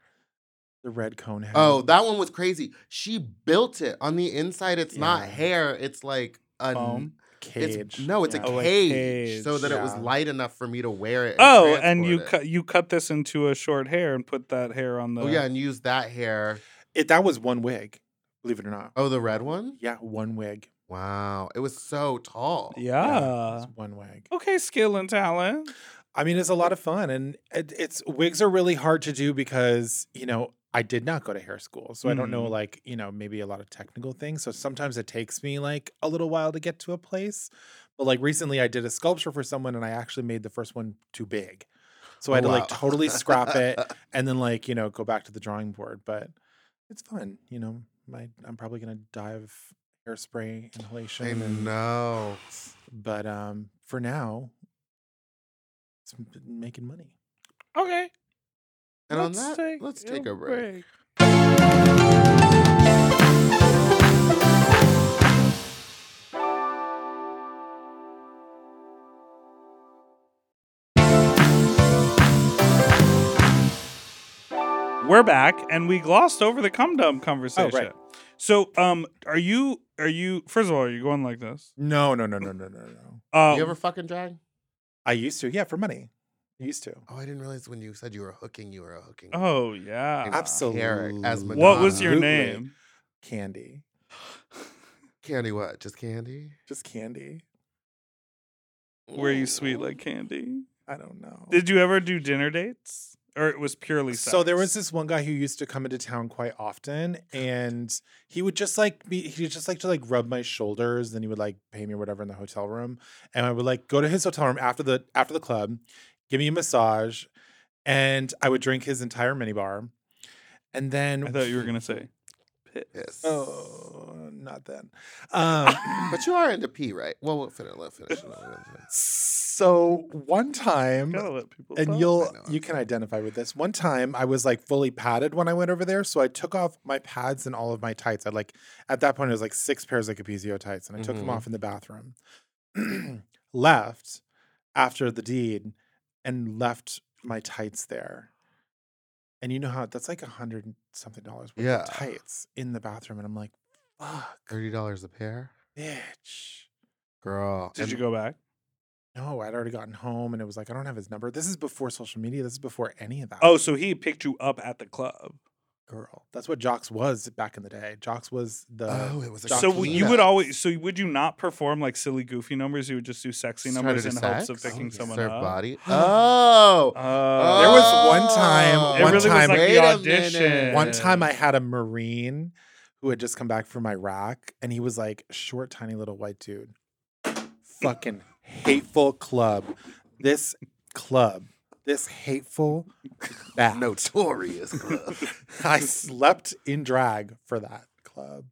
The red cone head.
oh, that one was crazy. She built it on the inside. It's not
Yeah.
hair. It's like a
Foam?
cage.
It's, no, it's
Yeah.
a
Oh, a
cage,
cage,
so that it was
yeah.
light enough for me to wear it.
Oh, and you
transport
cut you cut this into a short hair and put that hair on the.
it. Oh yeah, and use that hair.
It, that was one wig. Believe it or not.
Oh, the red one.
Yeah, one wig. Wow.
Wow, it was so tall.
Yeah,
Ah.
Yeah.
it's one wig.
Okay, skill and talent.
I mean, it's a lot of fun, and it, it's wigs are really hard to do because you know I did not go to hair school, so I don't know
Mm.
like you know maybe a lot of technical things. So sometimes it takes me like a little while to get to a place. But like recently, I did a sculpture for someone, and I actually made the first one too big, so I had
Oh,
to
wow.
like totally scrap it and then like you know go back to the drawing board. But it's fun, you know. My I'm probably gonna die of hairspray inhalation.
I
and-
know.
but um for now it's m- making money
Okay.
And on
let's
that, let's take a break.
We're back, and we glossed over the cum
Oh,
dumb conversation. So, um, are you are you first of all are you going like this?
no no no no no no no
Um,
you ever fucking drag?
i used to yeah for money i used to
Oh, I didn't realize when you said you were hooking, you were hooking.
oh yeah.
absolutely
Ah, as Madonna.
What was your
Absolutely.
name?
candy
candy what? Just candy?
just candy
Were you sweet like candy?
i don't know
Did you ever do dinner dates, or it was purely sex?
so there was this one guy who used to come into town quite often and he would just like be he just like to like rub my shoulders then he would like pay me or whatever in the hotel room and i would like go to his hotel room after the after the club give me a massage and I would drink his entire minibar. And then
I thought you were gonna say.
Yes.
Oh, not then. Um,
But you are into pee, right? Well, we'll finish. Let's finish. it. We'll finish it.
so one time,
Gotta let people.
and
talk.
I
you'll
know,
you
I'm
can identify with this. One time, I was like fully padded when I went over there, so I took off my pads and all of my tights. I like at that point it was like six pairs of Capizio tights, and I took them
Mhm.
off in the bathroom. left after the deed, and left my tights there. And you know how that's like a hundred and something dollars worth
Yeah.
of tights in the bathroom, and I'm like, fuck,
Thirty dollars a pair,
bitch.
girl.
Did
And
you go back?
No, I'd already gotten home, and it was like I don't have his number. This is before social media. This is before any of that.
Oh, so he picked you up at the club.
girl. That's what Jocks was back in the day. Jocks was the
Oh, it was a
Doc
so
Jockeys.
would- you would always. So would you not perform like silly goofy numbers? You would just do sexy
Started
numbers in
as
hopes of
sex?
picking
Oh, yeah.
someone
Their
up.
body. Oh.
Uh,
There was one
Oh.
time- It one really was time- like
the
Wait a
audition.
minute.
one time I had a Marine who had just come back from Iraq, and he was like short, tiny little white dude. Fucking hateful club. This club. This hateful bat.
notorious club.
I slept in drag for that club.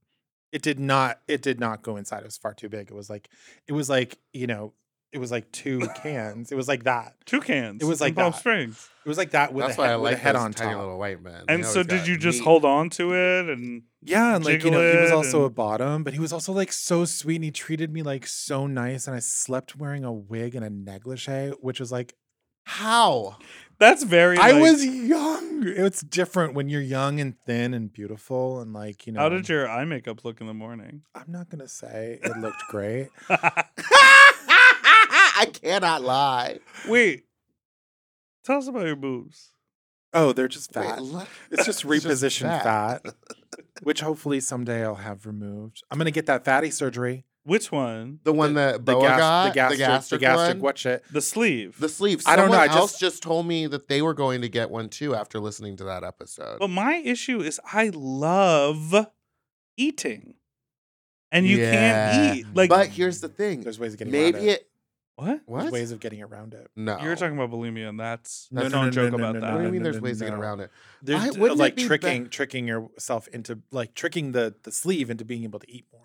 It did not. It did not go inside. It was far too big. It was like, it was like you know, it was like two cans. It was like that.
two cans.
It was like
in Palm
that.
Springs.
It was like that with
That's
a
why
head,
I
with a
like
head
those
on
tiny
top.
little white men. They
And so
always
did
got
you just
meat.
hold on to it and
Yeah, and like you know, he was
jiggle
also
it
a bottom, but he was also like so sweet, and he treated me like so nice. And I slept wearing a wig and a negligee, which was like
How?
that's very
I
like,
was young. It's different when you're young and thin and beautiful, and like you know.
how did your eye makeup look in the morning?
I'm not gonna say it looked great.
I cannot lie.
Wait. Tell us about your boobs.
Oh, they're just
Wait,
fat.
look.
it's
It's
just
just
repositioned fat. which hopefully someday I'll have removed. I'm gonna get that fatty surgery.
Which one?
The one that
The,
Boa
gas-
got,
the gastric, the gastric,
one?
what shit?
The sleeve.
The sleeve.
I
I
don't know,
Someone
I just-
else just told me that they were going to get one too after listening to that episode.
but my issue is I love eating. And you
Yeah.
can't eat. Like
but here's the thing.
There's ways of getting
Maybe
around it.
it.
what?
There's
What?
ways of getting around it.
no.
You were talking about bulimia and that's
No,
that's
no,
no,
no,
joke
no, no,
about
no,
that.
What do you mean?
no,
There's
no,
ways to
no.
get around it.
There's
I-
d-
wouldn't it
like
be
tricking tricking yourself into like tricking the the sleeve into being able to eat more.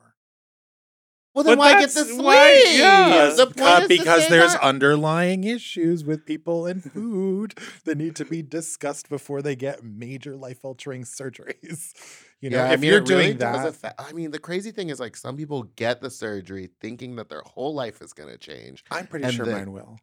Well, then
But
why get the
that's
sleeve?
why- yeah.
The point
Uh,
is to
because
say
there's
that-
underlying issues with people and food that need to be discussed before they get major life altering surgeries. You know,
yeah, I
if
mean,
you're
it really
doing
does
that,
affect- I mean, the crazy thing is, like, some people get the surgery thinking that their whole life is going to change.
I'm pretty
and
sure
the-
mine will.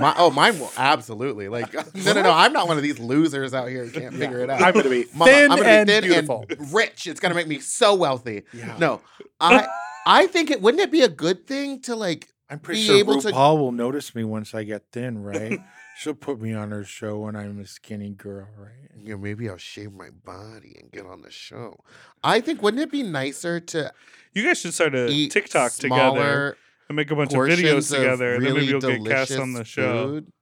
My, oh, mine will absolutely. Like, no, no, no. I'm not one of these losers out here who can't
Yeah.
figure it out.
I'm going to be
Mama,
thin
I'm gonna
and
be thin
beautiful.
and rich. It's gonna make me so wealthy.
yeah.
No, I, I think it wouldn't it be a good thing to like
I'm pretty
be
sure
able to-
RuPaul will notice me once I get thin, right? She'll put me on her show when I'm a skinny girl, right?
you know, maybe I'll shave my body and get on the show. I think wouldn't it be nicer to
You guys should start a
eat
TikTok together
smaller
and make a bunch of
portions
videos
of
together, and then
really
maybe you'll get cast
delicious
on the show.
food?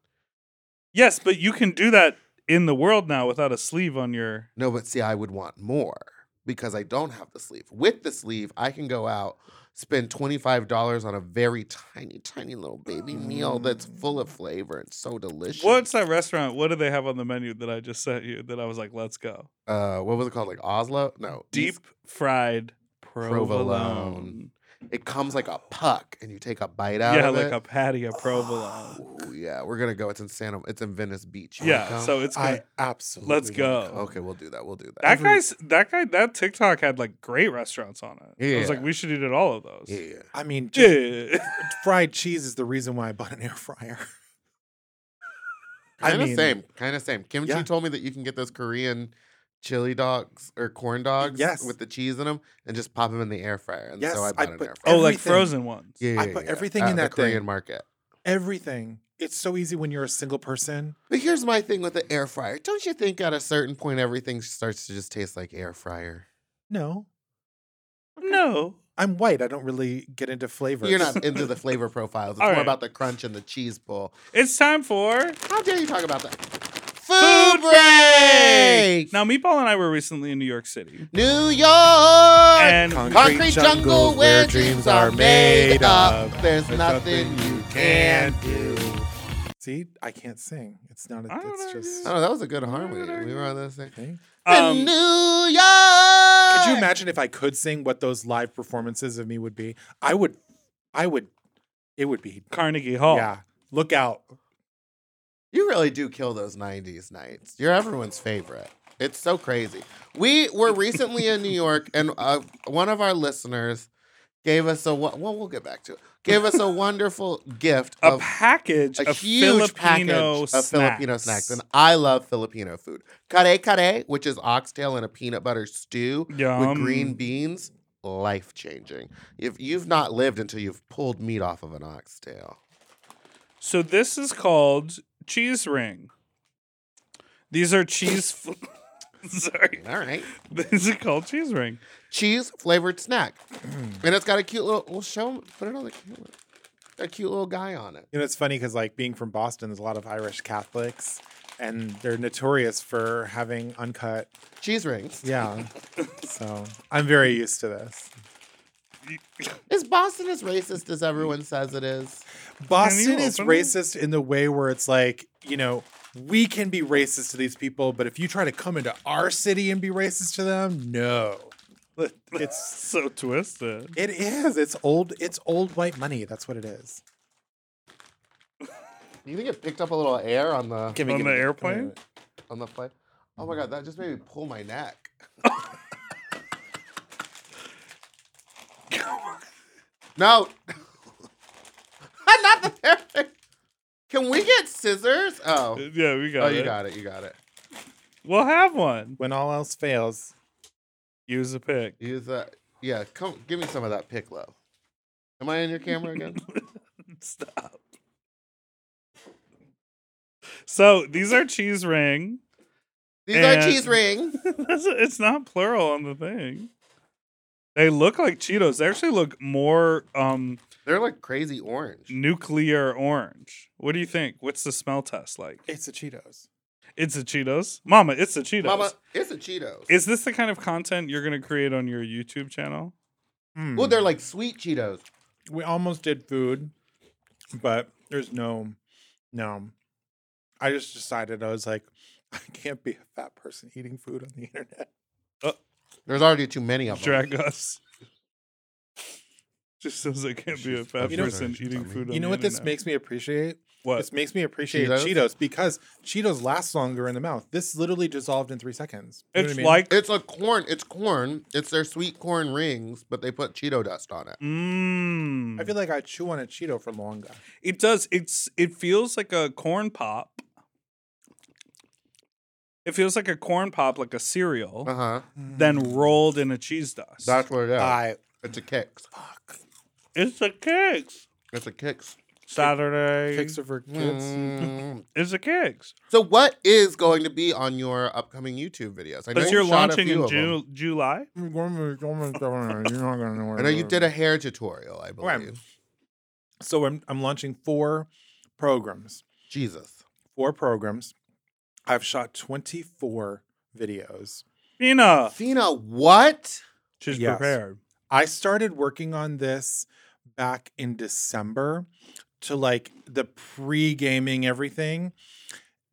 Yes, but you can do that in the world now without a sleeve on your.
No, but see, I would want more because I don't have the sleeve. With the sleeve, I can go out, spend $25 on a very tiny, tiny little baby meal that's full of flavor and so delicious.
What's that restaurant? What do they have on the menu that I just sent you? That I was like, let's go.
Uh, what was it called? Like Oslo? No.
Deep
East-
fried provolone.
Provolone. It comes like a puck and you take a bite out
Yeah,
of
like
it. Oh,
a patty of provolone.
Ooh, yeah, we're gonna go. It's in Santa. It's in Venice Beach. You wanna
yeah,
come?
so it's good.
I absolutely
Let's
wanna
go.
come.
okay, we'll do that. We'll do that.
that
every-
guy's that guy that TikTok had like great restaurants on it. I was like,
Yeah.
we should eat at all of those.
yeah.
I mean, just
Yeah.
fried cheese is the reason why I bought an air fryer. I
Kind of
mean-
same. Kind of same. Kimchi
Yeah.
told me that you can get those Korean chili dogs or corn dogs
Yes.
with the cheese in them and just pop them in the air fryer. And
Yes,
so I
I
bought an
put
air fryer.
oh, like
Everything.
frozen ones.
yeah,
I put everything
At
in
the
that thing.
Korean market.
Everything. It's so easy when you're a single person.
But here's my thing with the air fryer. Don't you think at a certain point everything starts to just taste like air fryer?
No,
No.
I'm white. I don't really get into flavors.
You're not into the flavor profiles. It's
All
more
right.
about the crunch and the cheese pull.
It's time for
How dare you talk about that?
Food
Food break!
now Meatball and I were recently in New York City.
New York!
And
Concrete jungle where dreams are made up. There's nothing you can do.
See, I can't sing. It's not. A,
I don't
it's
know,
just.
Oh, that was a good harmony. We were on this thing.
Okay.
In
Um,
New York.
Could you imagine if I could sing what those live performances of me would be? I would. I would. It would be.
Carnegie Hall.
Yeah. Look out.
You really do kill those 90s nights. You're everyone's favorite. It's so crazy. We were recently in New York, and uh, one of our listeners gave us a wo- well. We'll get back to it. Gave us a wonderful gift
A
of
package
a
of
huge
Filipino
package of
snacks.
Filipino snacks, and I love Filipino food. Kare kare, which is oxtail and a peanut butter stew with
Yum.
green beans, life changing. If you've not lived until you've pulled meat off of an oxtail,
So this is called cheese ring. These are cheese. f- Sorry,
all right.
these are called cheese ring.
cheese flavored snack,
Mm.
and it's got a cute little. We'll show him. Put it on the camera. A cute little guy on it.
You know, it's funny because, like, being from Boston, there's a lot of Irish Catholics, and they're notorious for having uncut.
Cheese rings.
Yeah. so I'm very used to this.
Is Boston as racist as everyone says it is?
Boston is
open it?
racist in the way where it's like, you know, we can be racist to these people, but if you try to come into our city and be racist to them, no. It's
So twisted.
it is. It's old it's old white money. That's what it is.
You think it picked up a little air on the
Give
On the
give give
airplane?
give me-
on the play? Oh my god, that just made me pull my neck. no, not the therapist. Can we get scissors? Oh,
Yeah, we got
oh,
it.
you got it. You got it.
We'll have one.
When all else fails,
Use a pick.
Use that. Yeah, come give me some of that piccolo. Am I in your camera again?
Stop. So these are cheese ring.
These are
And-
cheese ring.
That's- it's not plural on the thing. They look like Cheetos. They actually look more um,
They're like crazy orange.
nuclear orange. What do you think? What's the smell test like?
it's the Cheetos.
It's a Cheetos. Mama, it's a Cheetos.
Mama, it's a Cheetos.
Is this the kind of content you're going to create on your YouTube channel?
Hmm.
well, they're like sweet Cheetos.
we almost did food, but there's no no. I just decided I was like, I can't be a fat person eating food on the internet.
There's already too many of them.
Drag us. Just says I can't be a fat
You know-
person eating food. on
You know
the
what this
internet.
makes me appreciate?
What?
This makes me appreciate
Cheetos?
Cheetos? because Cheetos last longer in the mouth. This literally dissolved in three seconds. You know what
It's
I mean?
like
It's a corn. It's corn. It's their sweet corn rings, but they put Cheeto dust on it.
mmm.
I feel like I chew on a Cheeto for longer.
it does. It's it feels like a corn pop. It feels like a corn pop, like a cereal,
Uh-huh.
Uh huh.
then rolled in a cheese dust.
That's what it is.
I
It's a kicks.
it's a kicks.
It's a kicks.
Saturday.
kicks are for kids.
Mm.
it's a kicks.
So, what is going to be on your upcoming YouTube videos? I know
Because
you
you're
shot a
launching
few
in
of them.
Ju- July.
You're not gonna know where
I know you
to-
did a hair tutorial, I believe.
So I'm I'm launching four programs.
Jesus.
four programs. I've shot 24 videos.
Fina,
Fina, what?
she's
Yes.
prepared.
I started working on this back in December to like the pre-gaming everything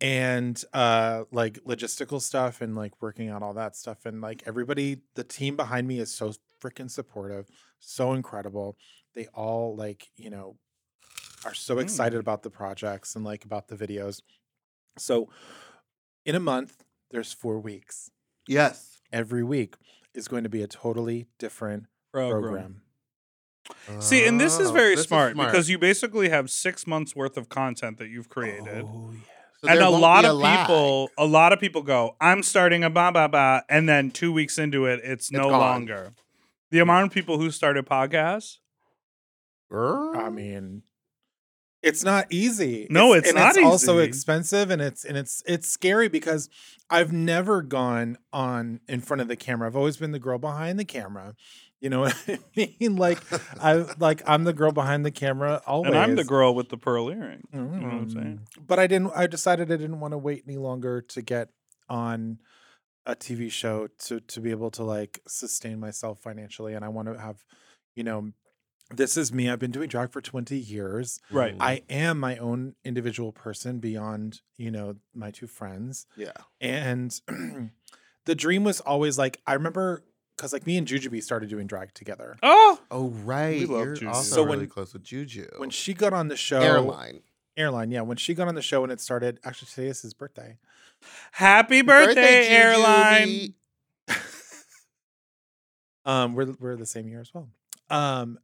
and uh like logistical stuff and like working out all that stuff and like everybody the team behind me is so freaking supportive, so incredible. They all like, you know, are so
Mm.
excited about the projects and like about the videos. So in a month there's 4 weeks.
Yes.
Every week is going to be a totally different
Oh,
program.
See, and this is
Oh,
very
this
smart, because you basically have six months worth of content that you've created.
Oh, yeah.
So
and
there
a
won't
lot
be
of
lag.
people, a lot of people go, I'm starting a ba ba ba, and then two weeks into it, it's, no
gone.
longer. The amount of people who started podcasts,
Grr.
I mean, Mm. it's not easy.
No, it's
and
not
it's also
easy.
expensive, and it's and it's it's scary because I've never gone on in front of the camera. I've always been the girl behind the camera. You know what I mean? Like I like I'm the girl behind the camera always.
and I'm the girl with the pearl earring.
Mm.
You know what I'm saying?
But I didn't. I decided I didn't want to wait any longer to get on a TV show to to be able to like sustain myself financially, and I want to have, you know, This is me. I've been doing drag for 20 years.
Right.
I am my own individual person beyond, you know, my two friends.
yeah.
And
Mm-hmm.
the dream was always like, I remember because like me and Jujubee started doing drag together.
Oh,
Oh right.
We love
You're
Juju.
also
So when-
really close with Juju.
Oh.
When she got on the show,
Airline.
airline, yeah. When she got on the show and it started, actually today is his birthday.
happy birthday,
Juju,
airline.
we-
Um, we're we're the same year as well. Um,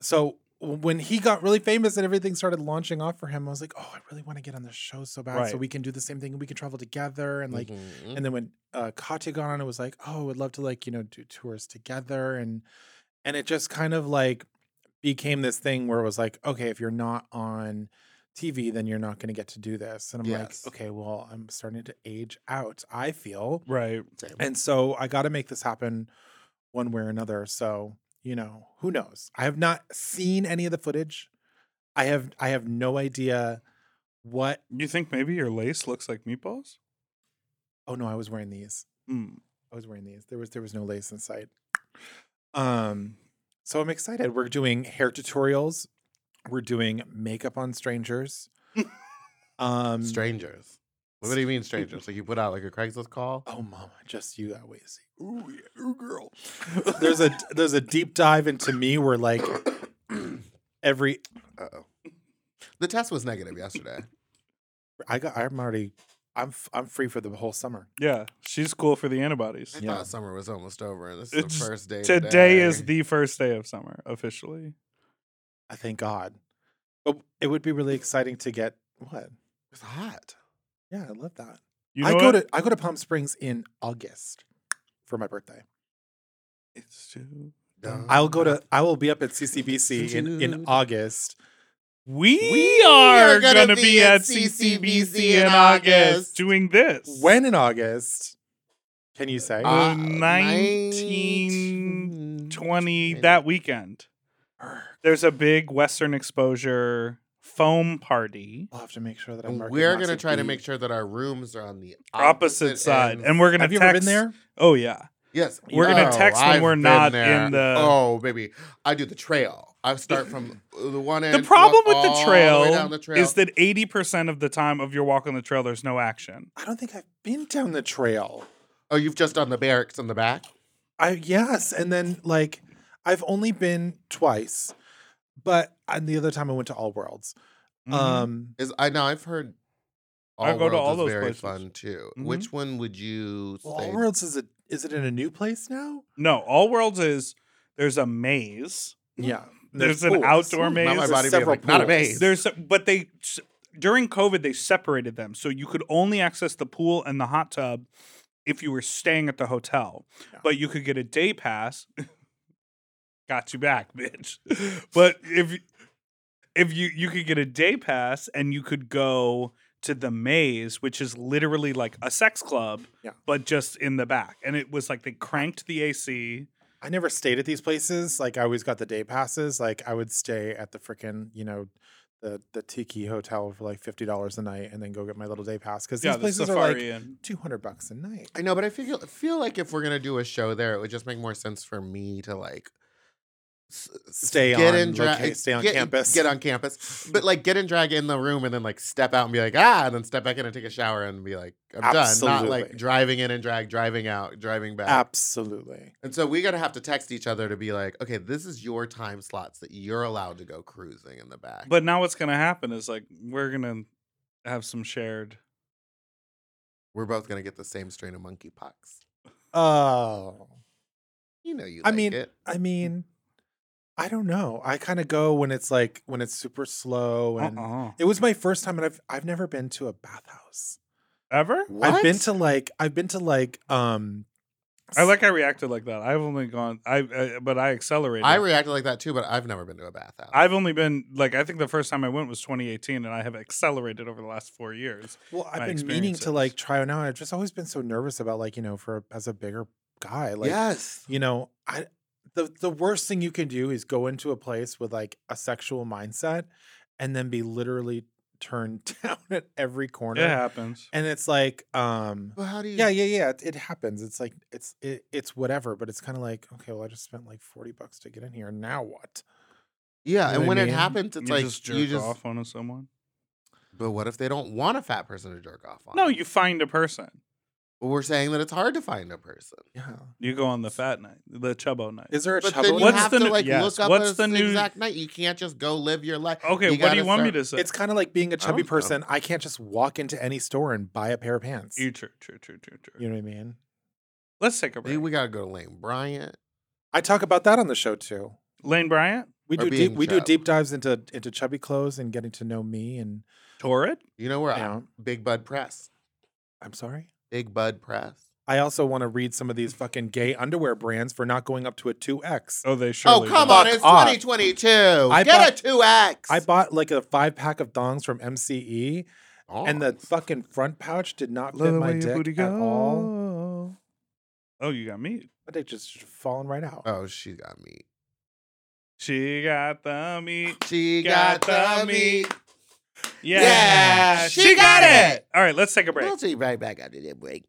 so when he got really famous and everything started launching off for him, I was like, oh, I really want to get on the show so bad, so
Right.
we can do the same thing and we can travel together and like.
Mhm.
And then when uh, Katya got on, it was like, oh, would love to like you know do tours together, and and it just kind of like became this thing where it was like, okay, if you're not on TV, then you're not going to get to do this. And I'm
Yes.
like, okay, well, I'm starting to age out. I feel,
Right.
Same.
and so I got to make this happen one way or another. So you know, who knows? I have not seen any of the footage. I have I have no idea what.
You think maybe your lace looks like meatballs?
Oh no, I was wearing these.
Hmm.
I was wearing these. There was there was no lace in sight. Um, so I'm excited. We're doing hair tutorials. We're doing makeup on strangers. um,
strangers. What do you mean strangers? Like you put out like a Craigslist call?
Oh, mama, just you that way. See, ooh, yeah, ooh, girl. there's a there's a deep dive into me where like every
Uh-oh. The test was negative yesterday.
I got I'm already I'm f- I'm free for the whole summer.
Yeah, she's cool for the antibodies.
I
Yeah.
thought summer was almost over, and this is
It's-
the first day.
Today is the first day of summer officially.
I thank God. But it would be really exciting to get what?
It's hot.
Yeah, I love that.
You
I
know
go
what?
to I go to Palm Springs in August for my birthday.
It's too.
Oh,
I'll go to I will be up at CCBC in, in
Dude.
August.
We,
We
are,
are
gonna,
gonna
be,
be
at
at
CCBC
CCBC
in
in
August
August.
doing this.
When in August? Can you say?
Uh, 19, 20 that weekend. There's a big Western exposure foam party.
I'll have to make sure that I'm. marking
We're
lots
gonna
of
try to
B.
make sure that our rooms are on the
Opposite,
opposite,
side.
ends.
And we're gonna
Have you
text,
ever been there?
Oh yeah.
yes,
we're gonna text when we're
been
not in the-
Oh baby, I do the trail. I start from the one end.
the problem
walk
with the
all
trail,
way down the trail.
is that 80% of the time of your walk on the trail there's no action.
I don't think I've been down the trail.
oh, you've just done the barracks in the back.
I yes, and then like I've only been twice, but and the other time I went to All Worlds.
Mm-hmm.
Um,
Is I know I've heard. All
I go to
Worlds
all
is
those
very
places.
fun too.
Mm-hmm.
Mhm.
Which one would you say?
well, All Worlds is it is it in a new place now?
no, all worlds is there's a maze.
Yeah,
There's an outdoor
Not my
maze.
body being
several
like, not a
pools.
maze.
There's but they during COVID they separated them so you could only access the pool and the hot tub if you were staying at the hotel.
Yeah.
But you could get a day pass. Got you back, bitch. But if if you you could get a day pass and you could go to the maze, which is literally like a sex club,
Yeah.
but just in the back. And it was like they cranked the AC.
I never stayed at these places. Like I always got the day passes. Like I would stay at the freaking you know. The, the tiki hotel for like fifty dollars a night, and then go get my little day pass because these
yeah, the
places are
safari
like
inn.
two hundred bucks a night.
I know, but I feel feel like if we're gonna do a show there, it would just make more sense for me to like s-
Stay
get
on
in drag,
loca- stay eh, on
get,
campus. Mm-hmm.
get on campus, but like get in drag in the room and then like step out and be like ah, and then step back in and take a shower and be like I'm done, not like
Absolutely.
driving in and drag, driving out, driving back.
Absolutely.
And so we're gonna have to text each other to be like, okay, this is your time slots that you're allowed to go cruising in the back.
But now what's gonna happen is like we're gonna have some shared
we're both gonna get the same strain of monkeypox.
Oh,
You know, you.
I
like
mean,
it.
I mean, I don't know. I kind of go when it's like when it's super slow, and
uh-uh.
it was my first time, and I've I've never been to a bathhouse.
ever.
I've been
What?
to like I've been to like um,
I like I reacted like that. I've only gone I, I but I accelerated.
I reacted like that too, but I've never been to a bathhouse.
I've only been like I think the first time I went was 2018 and I have accelerated over the last 4 years.
well,
my
I've been meaning to like
experiences.
try it now. and I've just always been so nervous about like you know for as a bigger guy, like
yes.
you know I. The, the worst thing you can do is go into a place with like a sexual mindset and then be literally turned down at every corner.
It happens.
and it's like um
Well, how do you?
yeah yeah yeah it, it happens it's like it's it, it's whatever but it's kind of like okay well i just spent like 40 bucks to get in here now what
Yeah,
know
and
what I
when it
mean?
happens, it's
you
like
just jerk
you just.
off on someone.
But what if they don't want a fat person to jerk off on?
No, you find a person.
We're saying that it's hard to find a person.
Yeah.
You go on the fat night, the chubbo night.
Is there a
But
chubbo?
then you
night?
What's
have
the
to
new-
like
yes,
look up
what's
a
the new-
exact night. You can't just go live your life.
okay,
You
what do
gotta
you want me
start-
to say?
It's kind of like being a chubby
don't know.
person. I can't just walk into any store and buy a pair of pants.
you
You,
true, true, true, true, true.
know what I mean?
Let's take a break.
Maybe we gotta go to Lane Bryant.
I talk about that on the show too.
Lane Bryant,
We
Or
do
being
deep, we do
chub.
deep dives into into chubby clothes and getting to know me and
Torrid.
You know where?
you
I-
know,
Big Bud Press.
I'm sorry.
Big Bud Press.
I also want to read some of these fucking gay underwear brands for not going up to a 2X.
Oh, they surely.
oh come
will.
on!
Fuck
It's
off.
2022.
I
Get a two X.
I bought like a five pack of thongs from MCE and
Oh.
the fucking front pouch did not fit
Love the
my
way your booty
dick at all.
go. Oh, you got meat.
My dick just falling right out.
Oh, she got meat.
She got the meat.
She
Got
got,
the
the meat.
Yeah,
Yeah, she got it.
All right, let's take a break.
We'll see right back after that break.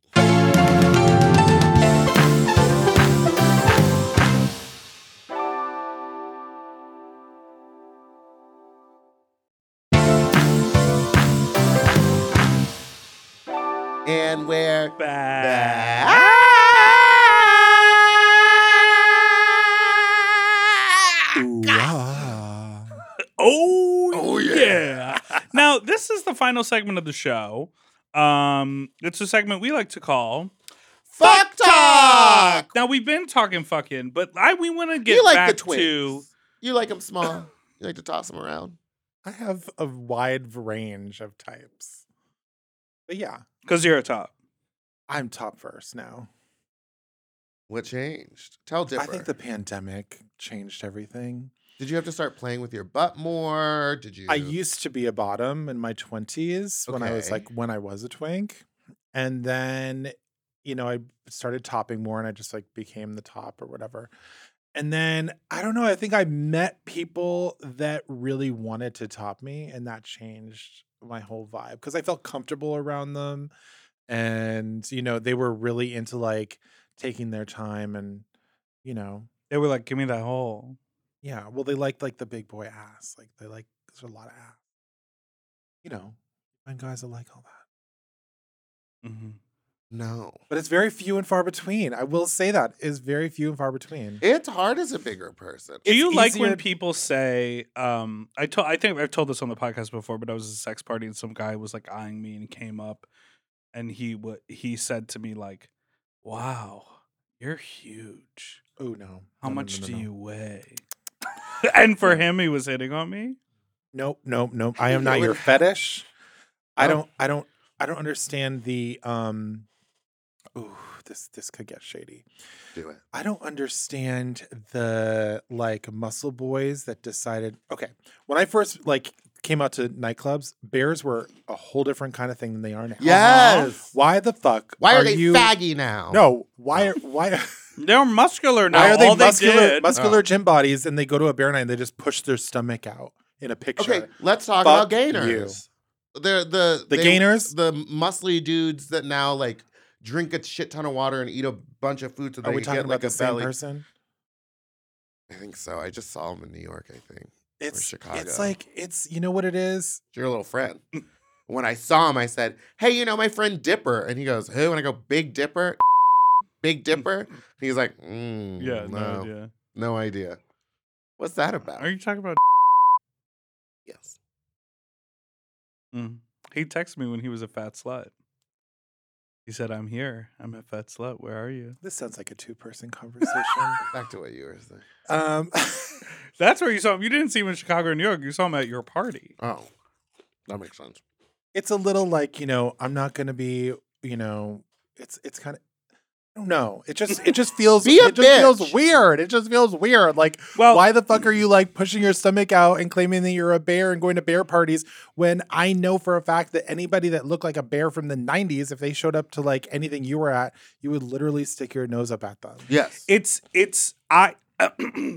And we're
Back.
back.
Ooh, ah.
Oh,
Oh,
yeah.
yeah.
now, this is the final segment of the show. Um, it's a segment we like to call
Fuck talk.
Now we've been talking fucking, but I we want to get
You like
back
the twins.
to
You like them small. You like to toss them around.
I have a wide range of types. But yeah,
because you're a top.
I'm top first now.
What changed? Tell Dipper.
I think the pandemic changed everything.
Did you have to start playing with your butt more? Did you?
I used to be a bottom in my 20s when I was
Okay.
like when I was a twink. And then, you know, I started topping more and I just like became the top or whatever. And then I don't know, I think I met people that really wanted to top me and that changed my whole vibe cuz I felt comfortable around them and you know, they were really into like taking their time and you know,
They were like, "Give me that hole."
yeah, well, they liked like the big boy ass. Like they like there's a lot of ass. You know, and guys that like all that.
hmm
no.
But it's very few and far between. I will say that is very few and far between.
It's hard as a bigger person.
Do
It's
you like
easier-
when people say, um, I told I think I've told this on the podcast before, but I was at a sex party and some guy was like eyeing me and he came up and he what he said to me like, Wow, you're huge.
Oh no.
How
No, no,
much
no, no,
do
no.
you weigh? and for him he was hitting on me.
Nope, nope, nope. I am not
What-
your fetish.
Oh.
I
No.
don't I don't I don't understand the um Ooh, this this could get shady.
Do it.
I don't understand the like muscle boys that decided. Okay, when I first like came out to nightclubs, bears were a whole different kind of thing than they are now.
Yes.
Why the fuck?
Why are, they
you?
faggy now?
No. Why? Are, why?
They're muscular now.
why are they
All
muscular?
they did,
Uh.
muscular gym bodies, and they go to a bear night and they just push their stomach out in a picture.
Okay, let's talk
Fuck
about gainers. They're the
The
they-
gainers?
the muscly dudes that now like drink a shit ton of water and eat a bunch of food so they
Are we
can
talking
get
about
like
the
a
same
belly.
person?
I think so. I just saw him in New York. I think
It's
Chicago.
It's like it's you know what it is.
your little friend. when I saw him, I said, "Hey, you know my friend Dipper," and he goes, "Who?" And I go, "Big Dipper." Big Dipper. And he's like, mm,
yeah, no,
no,
idea. Uh,
No idea. What's that about?
Are you talking about
yes.
Mm. He texted me when he was a fat slut. He said, I'm here. I'm a fat slut. Where are you?
This sounds like a two-person conversation.
Back to what you were saying.
um,
That's where you saw him. You didn't see him in Chicago or New York. You saw him at your party.
Oh, that makes sense.
it's a little like you know i'm not gonna be you know it's it's kind of I don't know. It just it just feels
Be a
it just feels
bitch. Oh.
weird. It just feels weird. Like
Well,
why the fuck are you like pushing your stomach out and claiming that you're a bear and going to bear parties when I know for a fact that anybody that looked like a bear from the 90s if they showed up to like anything you were at, you would literally stick your nose up at them.
Yes.
it's it's I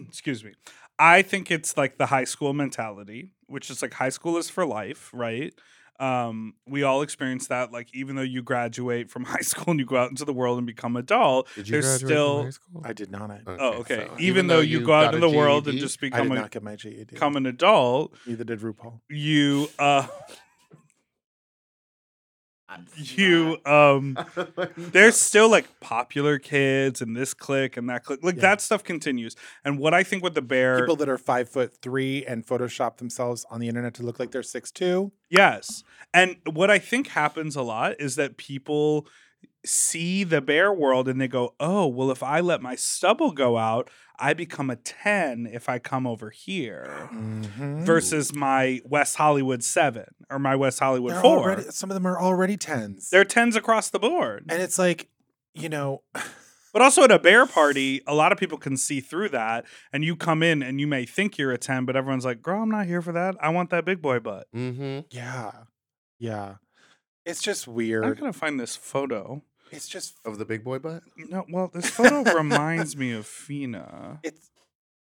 excuse me. I think it's like the high school mentality which is like high school is for life, right? Um, we all experience that. Like, even though you graduate from high school and you go out into the world and become adult,
Did
there's
graduate from
still-
high school?
I did not. I
oh, okay.
so
even, though, you go out
got
in
a E
the world and
GED,
just
did
become a,
not get my GED.
become an adult,
Neither did RuPaul.
you uh,
that's
you um,
not-
there's still like popular kids and this click and that click. Like
Yeah.
that stuff continues. And what I think with the bear,
People that are five foot three and Photoshop themselves on the internet to look like they're six two.
yes. And what I think happens a lot is that people see the bear world and they go, "Oh, well, if I let my stubble go out, I become a ten if I come over here."
Mm-hmm.
Versus my West Hollywood seven or my West Hollywood
They're
four.
already- some of them are already tens.
They're tens across the board.
and it's like, you know,
But also at a bear party, a lot of people can see through that, and you come in and you may think you're a ten, but everyone's like, "Girl, I'm not here for that. I want that big boy butt."
Mhm.
yeah, yeah. It's just
I'm
weird.
gonna find this photo.
It's just
of the big boy butt.
No, well, this photo reminds me of Fina.
it's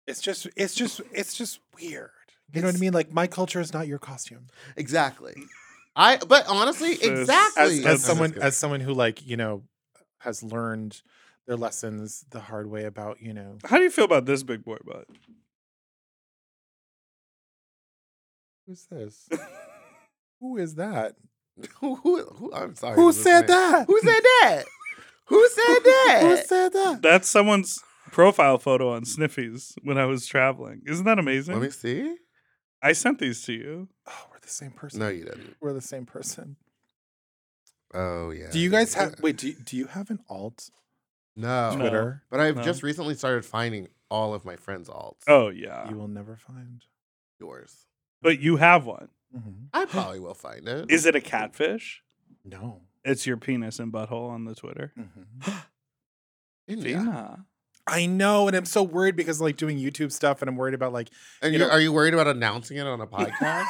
it's just it's just it's just weird. You know what I
It's-
mean? Like my culture is not your costume.
Exactly.
Mm.
I but honestly,
This- as-
exactly.
as
as
That's-
someone as someone who like you know has learned their lessons the hard way about you know
How do you feel about this big boy butt?
who's this who is that
who, who, who- I'm sorry.
who
who's
said
listening.
that
Who said that? Who said that?
who said that
That's someone's profile photo on Sniffies when I was traveling. Isn't that amazing?
Let me see.
I sent these to you.
oh we're the same person
No, you didn't.
we're the same person
Oh yeah.
do you guys have
Yeah.
wait do you, do you have an alt
no
No.
twitter
But I've
No.
just recently started finding all of my friends' alts.
Oh yeah,
Uh.
you will never find
Yours.
but you have one.
Mhm.
I probably will find it.
Is it a catfish?
no
It's your penis and butthole on the Twitter.
Mhm.
Isn't it?
Fina.
i know and i'm so worried because like doing youtube stuff and i'm worried about like
And
You
you
know-
are you worried about announcing it on a podcast?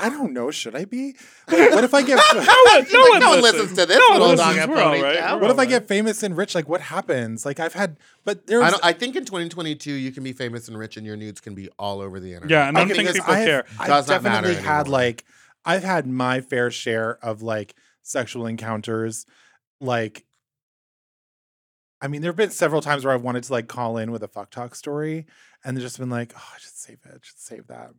i don't know should i be Like, what if i get
one-
She's like, "No one listens to this
No one
little dog
listens. We're
and
all
pony
right.
show."
We're
what
all
if I
right.
get famous and rich? Like, what happens? Like, I've had, but there's
I, don't, I think in 2022 you can be famous and rich, and your nudes can be all over the internet.
Yeah, and I don't
Okay,
think
because
people
I've,
care.
I've
Does not matter
definitely had
anymore.
like, I've had my fair share of like sexual encounters. Like, I mean, there have been several times where I've wanted to like call in with a fuck talk story, and they've just been like, oh, I should save it, I should save that.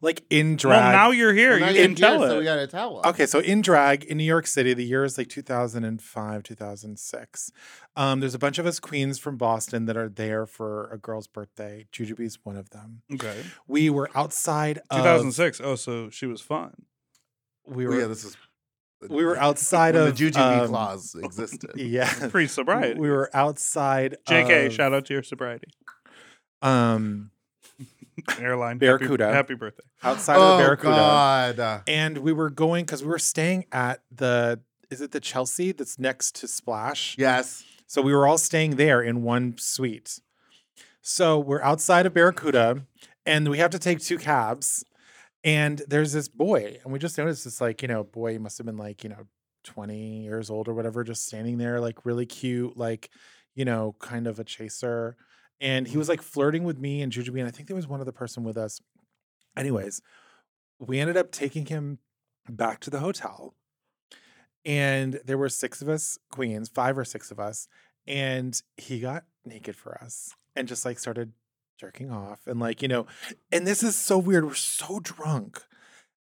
Like in drag.
Well, now you're
Well,
here.
now
you
you're
can tell
here, So
it.
we gotta tell. Oh,
Okay, so in drag in New York City, the year is like 2005, 2006. Um, there's a bunch of us queens from Boston that are there for a girl's birthday. Jujubee's one of them.
okay.
We were outside of
2006. Oh, so she was fun.
we
Well,
were
yeah, this is.
we were outside
when
of
the juju
um,
clause existed.
Yeah.
Pre sobriety.
We uh, were outside
JK,
of,
shout out to your sobriety.
um
Airline.
Barracuda.
Happy, happy birthday.
outside
Oh
of the Barracuda.
God!
And we were going because we were staying at the is it the Chelsea that's next to Splash?
Yes.
So we were all staying there in one suite. So we're outside of Barracuda and we have to take two cabs. And there's this boy, and we just noticed this, like, you know, boy he must have been like, you know, 20 years old or whatever, just standing there, like, really cute, like, you know, kind of a chaser. And he
Mm-hmm.
was like flirting with me and Jujubee. And I think there was one other person with us. Anyways, we ended up taking him back to the hotel and there were six of us queens, five or six of us, and he got naked for us and just like started jerking off and like you know, and this is so weird. We're so drunk,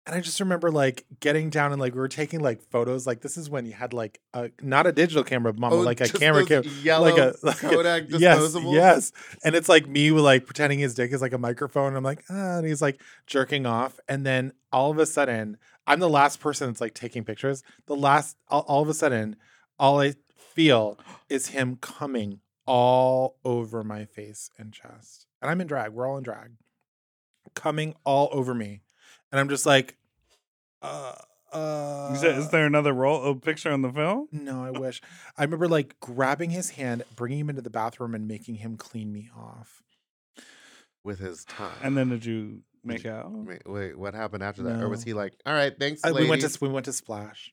and I just remember like getting down and like we were taking like photos. Like this is when you had like a not a digital camera, mama,
Oh,
Um, like a
just
camera
those
camera,
yellow
like a like a-
Kodak
Yes,
disposable.
yes, and it's like me with like pretending his dick is like a microphone. And I'm like, ah, and he's like jerking off, and then all of a sudden, I'm the last person that's like taking pictures. The last, all, all of a sudden, all I feel is him coming all over my face and chest, and I'm in drag. We're all in drag, coming all over me, and I'm just like, uh, uh.
Is, that, is there another roll? Oh, picture on the film?
No, I wish. I remember like grabbing his hand, bringing him into the bathroom, and making him clean me off.
With his tongue.
And then did you make out?
Wait, wait, what happened after that? Or was
No.
he like, all right, thanks,
I- we went
ladies."
to we went to Splash.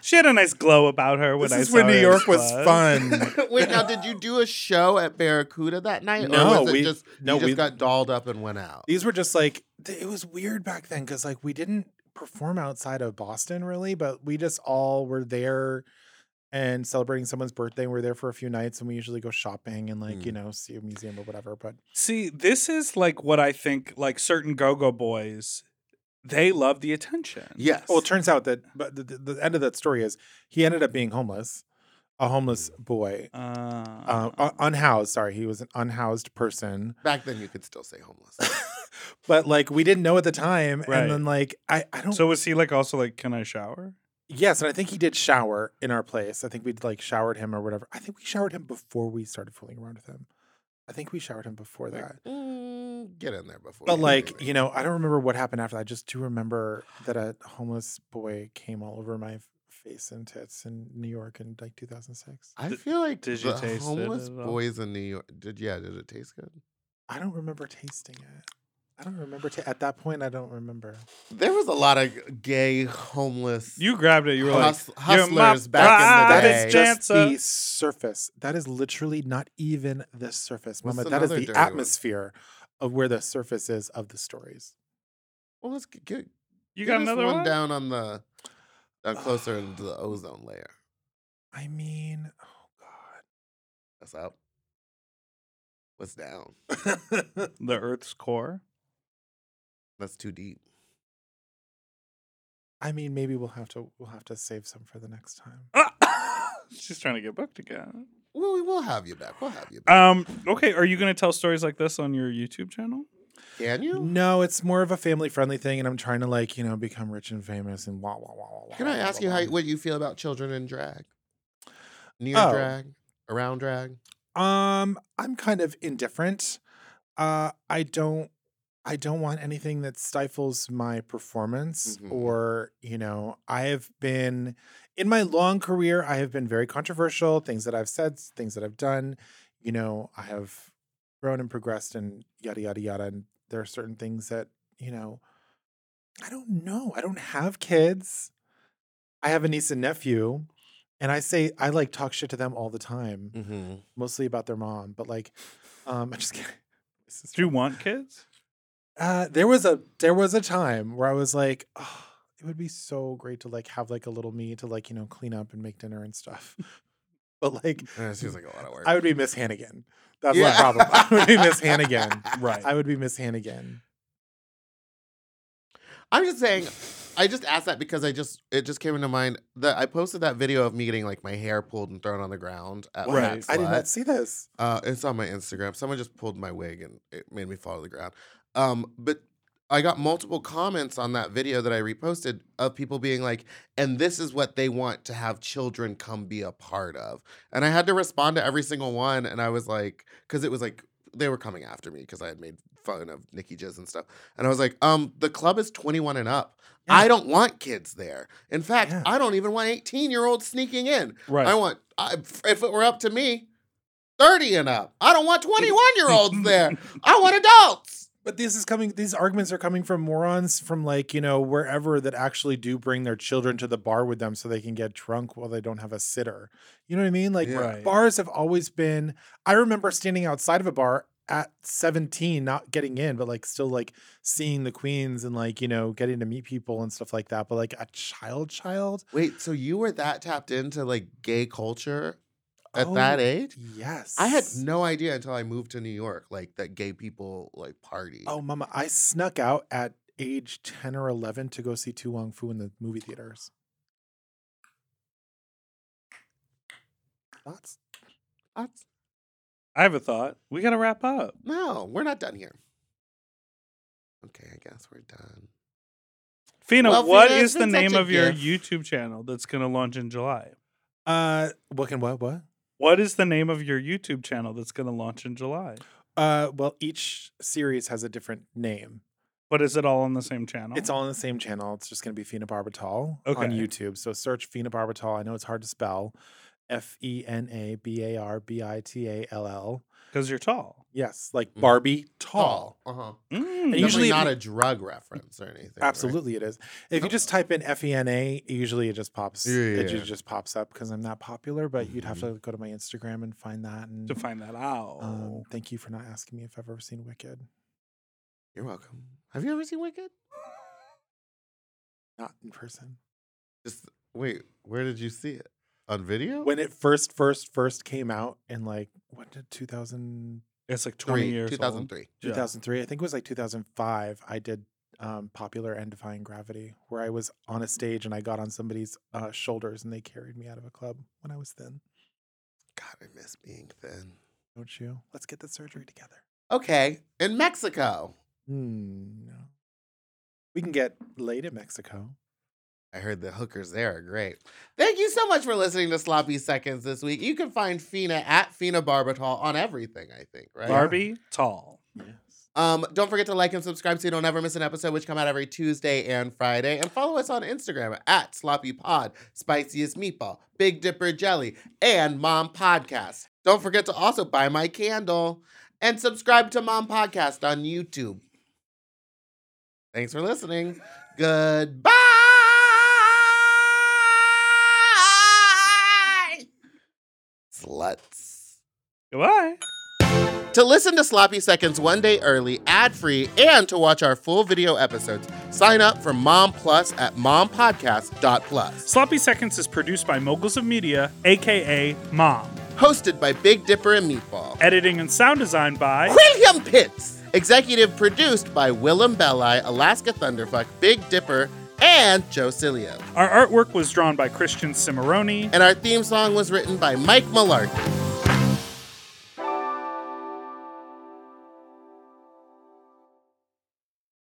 she had a nice glow about her when
this
I
is
saw
when New
her
York
in
was
class.
fun.
Wait, now did you do a show at Barracuda that night,
No,
or was it
we-
just
no,
you just
we-
got dolled up and went out?
These were just like th- it was weird back then because like we didn't perform outside of Boston really, but we just all were there and celebrating someone's birthday. and We were there for a few nights, and we usually go shopping and like you know see a museum or whatever. But
See, this is like what I think like certain go-go boys, they love the attention.
Yes.
well, it turns out that but the, the, the end of that story is he ended up being homeless, a homeless boy,
Uh,
uh, un- unhoused. Sorry, he was an unhoused person.
Back then, you could still say homeless.
But like we didn't know at the time,
Right.
and then like I I don't
so was he like also like, can I shower?
Yes, and I think he did shower in our place. I think we'd like showered him or whatever. I think we showered him before we started fooling around with him. I think we showered him before
Like,
that.
mm, get in there before.
But
you
like,
do
you know, I don't remember what happened after that. I just do remember that a homeless boy came all over my f- face and tits in New York in like 2006.
I
Did-
feel like
did you
the
taste it
homeless
at all?
boys in New York. Did yeah? Did it taste good?
I don't remember tasting it. I don't remember ta- at that point. I don't remember.
There was a lot of gay homeless
You grabbed it. You were like,
hus-
"You're my
hustlers back in
That
the
That
day.
is
is Ah, just the surface. That is literally not even the surface,
What's
Mama. That is
another
the
dirty one?
atmosphere of where the surface is of the stories.
well, let's get, get
you
get us
got another one?
down on the uh, closer into the ozone layer.
I mean, oh
That's up. What's down?
god.
The Earth's core.
That's too deep.
I mean, maybe we'll have to we'll have to save some for the next time.
Ah! She's trying to get booked again.
Well, we will have you back. We'll have you back.
Um. Okay. Are you going to tell stories like this on your YouTube channel?
Can you?
No, it's more of a family friendly thing, and I'm trying to like you know become rich and famous and wah wah wah wah. wah,
Can I
wah,
ask
wah,
you how
wah.
you- what you feel about children in drag? Near
Oh.
drag, around drag.
Um, I'm kind of indifferent. Uh, I don't, I don't want anything that stifles my performance.
Mhm.
Or you know, I have been in my long career. I have been very controversial. Things that I've said, things that I've done. You know, I have grown and progressed, and yada yada yada. And there are certain things that you know. I don't know. I don't have kids. I have a niece and nephew, and I say I like talk shit to them all the time
Mm-hmm.
mostly about their mom, but like, um, I'm just kidding. This is-
Do you want kids?
Uh, there was a there was a time where I was like, oh, it would be so great to like have like a little me to like you know clean up and make dinner and stuff, but like
That seems like a lot of work.
I would be Miss Hannigan. That's
Yeah.
my problem. I would be Miss Hannigan.
Right.
I would be Miss Hannigan.
I'm just saying. I just asked that because I just it just came into mind that I posted that video of me getting like my hair pulled and thrown on the ground
Uh,
at
Right.
Fat
I did
Slut.
not see this.
Uh, it's on my Instagram. Someone just pulled my wig and it made me fall to the ground. Um, but I got multiple comments on that video that I reposted of people being like, and this is what they want to have children come be a part of. And I had to respond to every single one. And I was like, because it was like, they were coming after me because I had made fun of Nikki Jizz and stuff. And I was like, um, the club is 21 and up.
Yeah.
I don't want kids there. In fact,
Yeah.
I don't even want 18 year olds sneaking in.
Right.
I want, I, if it were up to me, 30 and up. I don't want 21 year olds there. I want adults.
But this is coming. These arguments are coming from morons from like you know wherever that actually do bring their children to the bar with them so they can get drunk while they don't have a sitter. You know what I mean? Like
Yeah.
Right.
bars have always been. I remember standing outside of a bar at 17, not getting in, but like still like seeing the queens and like you know getting to meet people and stuff like that. But like a child, child
Wait, so you were that tapped into like gay culture at
Oh,
that age?
Yes,
I had no idea until I moved to New York, like that gay people like party.
Oh, mama, I snuck out at age 10 or 11 to go see Tu Wong Fu in the movie theaters. Thoughts?
That's-
I have a thought. We got to wrap up.
no, we're not done here. Okay, I guess we're done.
Fina,
Well,
what
Fina, it's
is the
been such
name
a
of your
gift.
YouTube channel that's going to launch in July?
Uh, what can what what?
What is the name of your YouTube channel that's going to launch in July?
Uh, well, each series has a different name.
But is it all on the same channel?
It's all on the same channel. It's just going to be phenobarbital
Oh. Okay.
on YouTube. So search phenobarbital. I know it's hard to spell. F E N A B A R B I T A L L.
because you're tall.
Yes, like
Mhm.
Barbie tall.
Uh huh.
Mm.
And
Usually
usually
not
if
a drug reference or anything. right?
Absolutely, it is. If you just type in F E N A, usually it just pops.
Yeah, yeah,
It
yeah.
ju- just pops up because I'm not popular. But you'd have to go to my Instagram and find that. And
to oh. find that out.
um, thank you for not asking me if I've ever seen Wicked.
You're welcome. Have you ever seen Wicked?
Not in person.
Just wait. Where did you see it? On video?
When it first, first, first came out in like what did 2000,
it's like
Three-
20 years old.
2003.
Yeah.
2003? I think it was like 2005. I did um, Popular and Defying Gravity, where I was on a stage and I got on somebody's uh, shoulders and they carried me out of a club when I was thin.
God, I miss being thin.
Don't you? Let's get the surgery together.
Okay, in Mexico.
Hmm. No. We can get late in Mexico.
I heard the hookers there are great. Thank you so much for listening to Sloppy Seconds this week. You can find Fina at Fina Barbital on everything, I think, right?
Barbie tall.
Yes.
Um, don't forget to like and subscribe so you don't ever miss an episode, which come out every Tuesday and Friday. And follow us on Instagram at Sloppy Pod, Spiciest Meatball, Big Dipper Jelly, and Mom Podcast. Don't forget to also buy my candle and subscribe to Mom Podcast on YouTube. Thanks for listening. Goodbye. Sluts.
Goodbye.
To listen to Sloppy Seconds one day early, ad free, and to watch our full video episodes, sign up for Mom Plus at mompodcast.plus.
Sloppy Seconds is produced by Moguls of Media, aka Mom.
Hosted by Big Dipper and Meatball.
Editing and sound design by
William Pitts. Executive produced by Willem Belli, Alaska Thunderfuck, Big Dipper, and Joe Cilio.
Our artwork was drawn by Christian Cimarroni.
And our theme song was written by Mike Malarkey.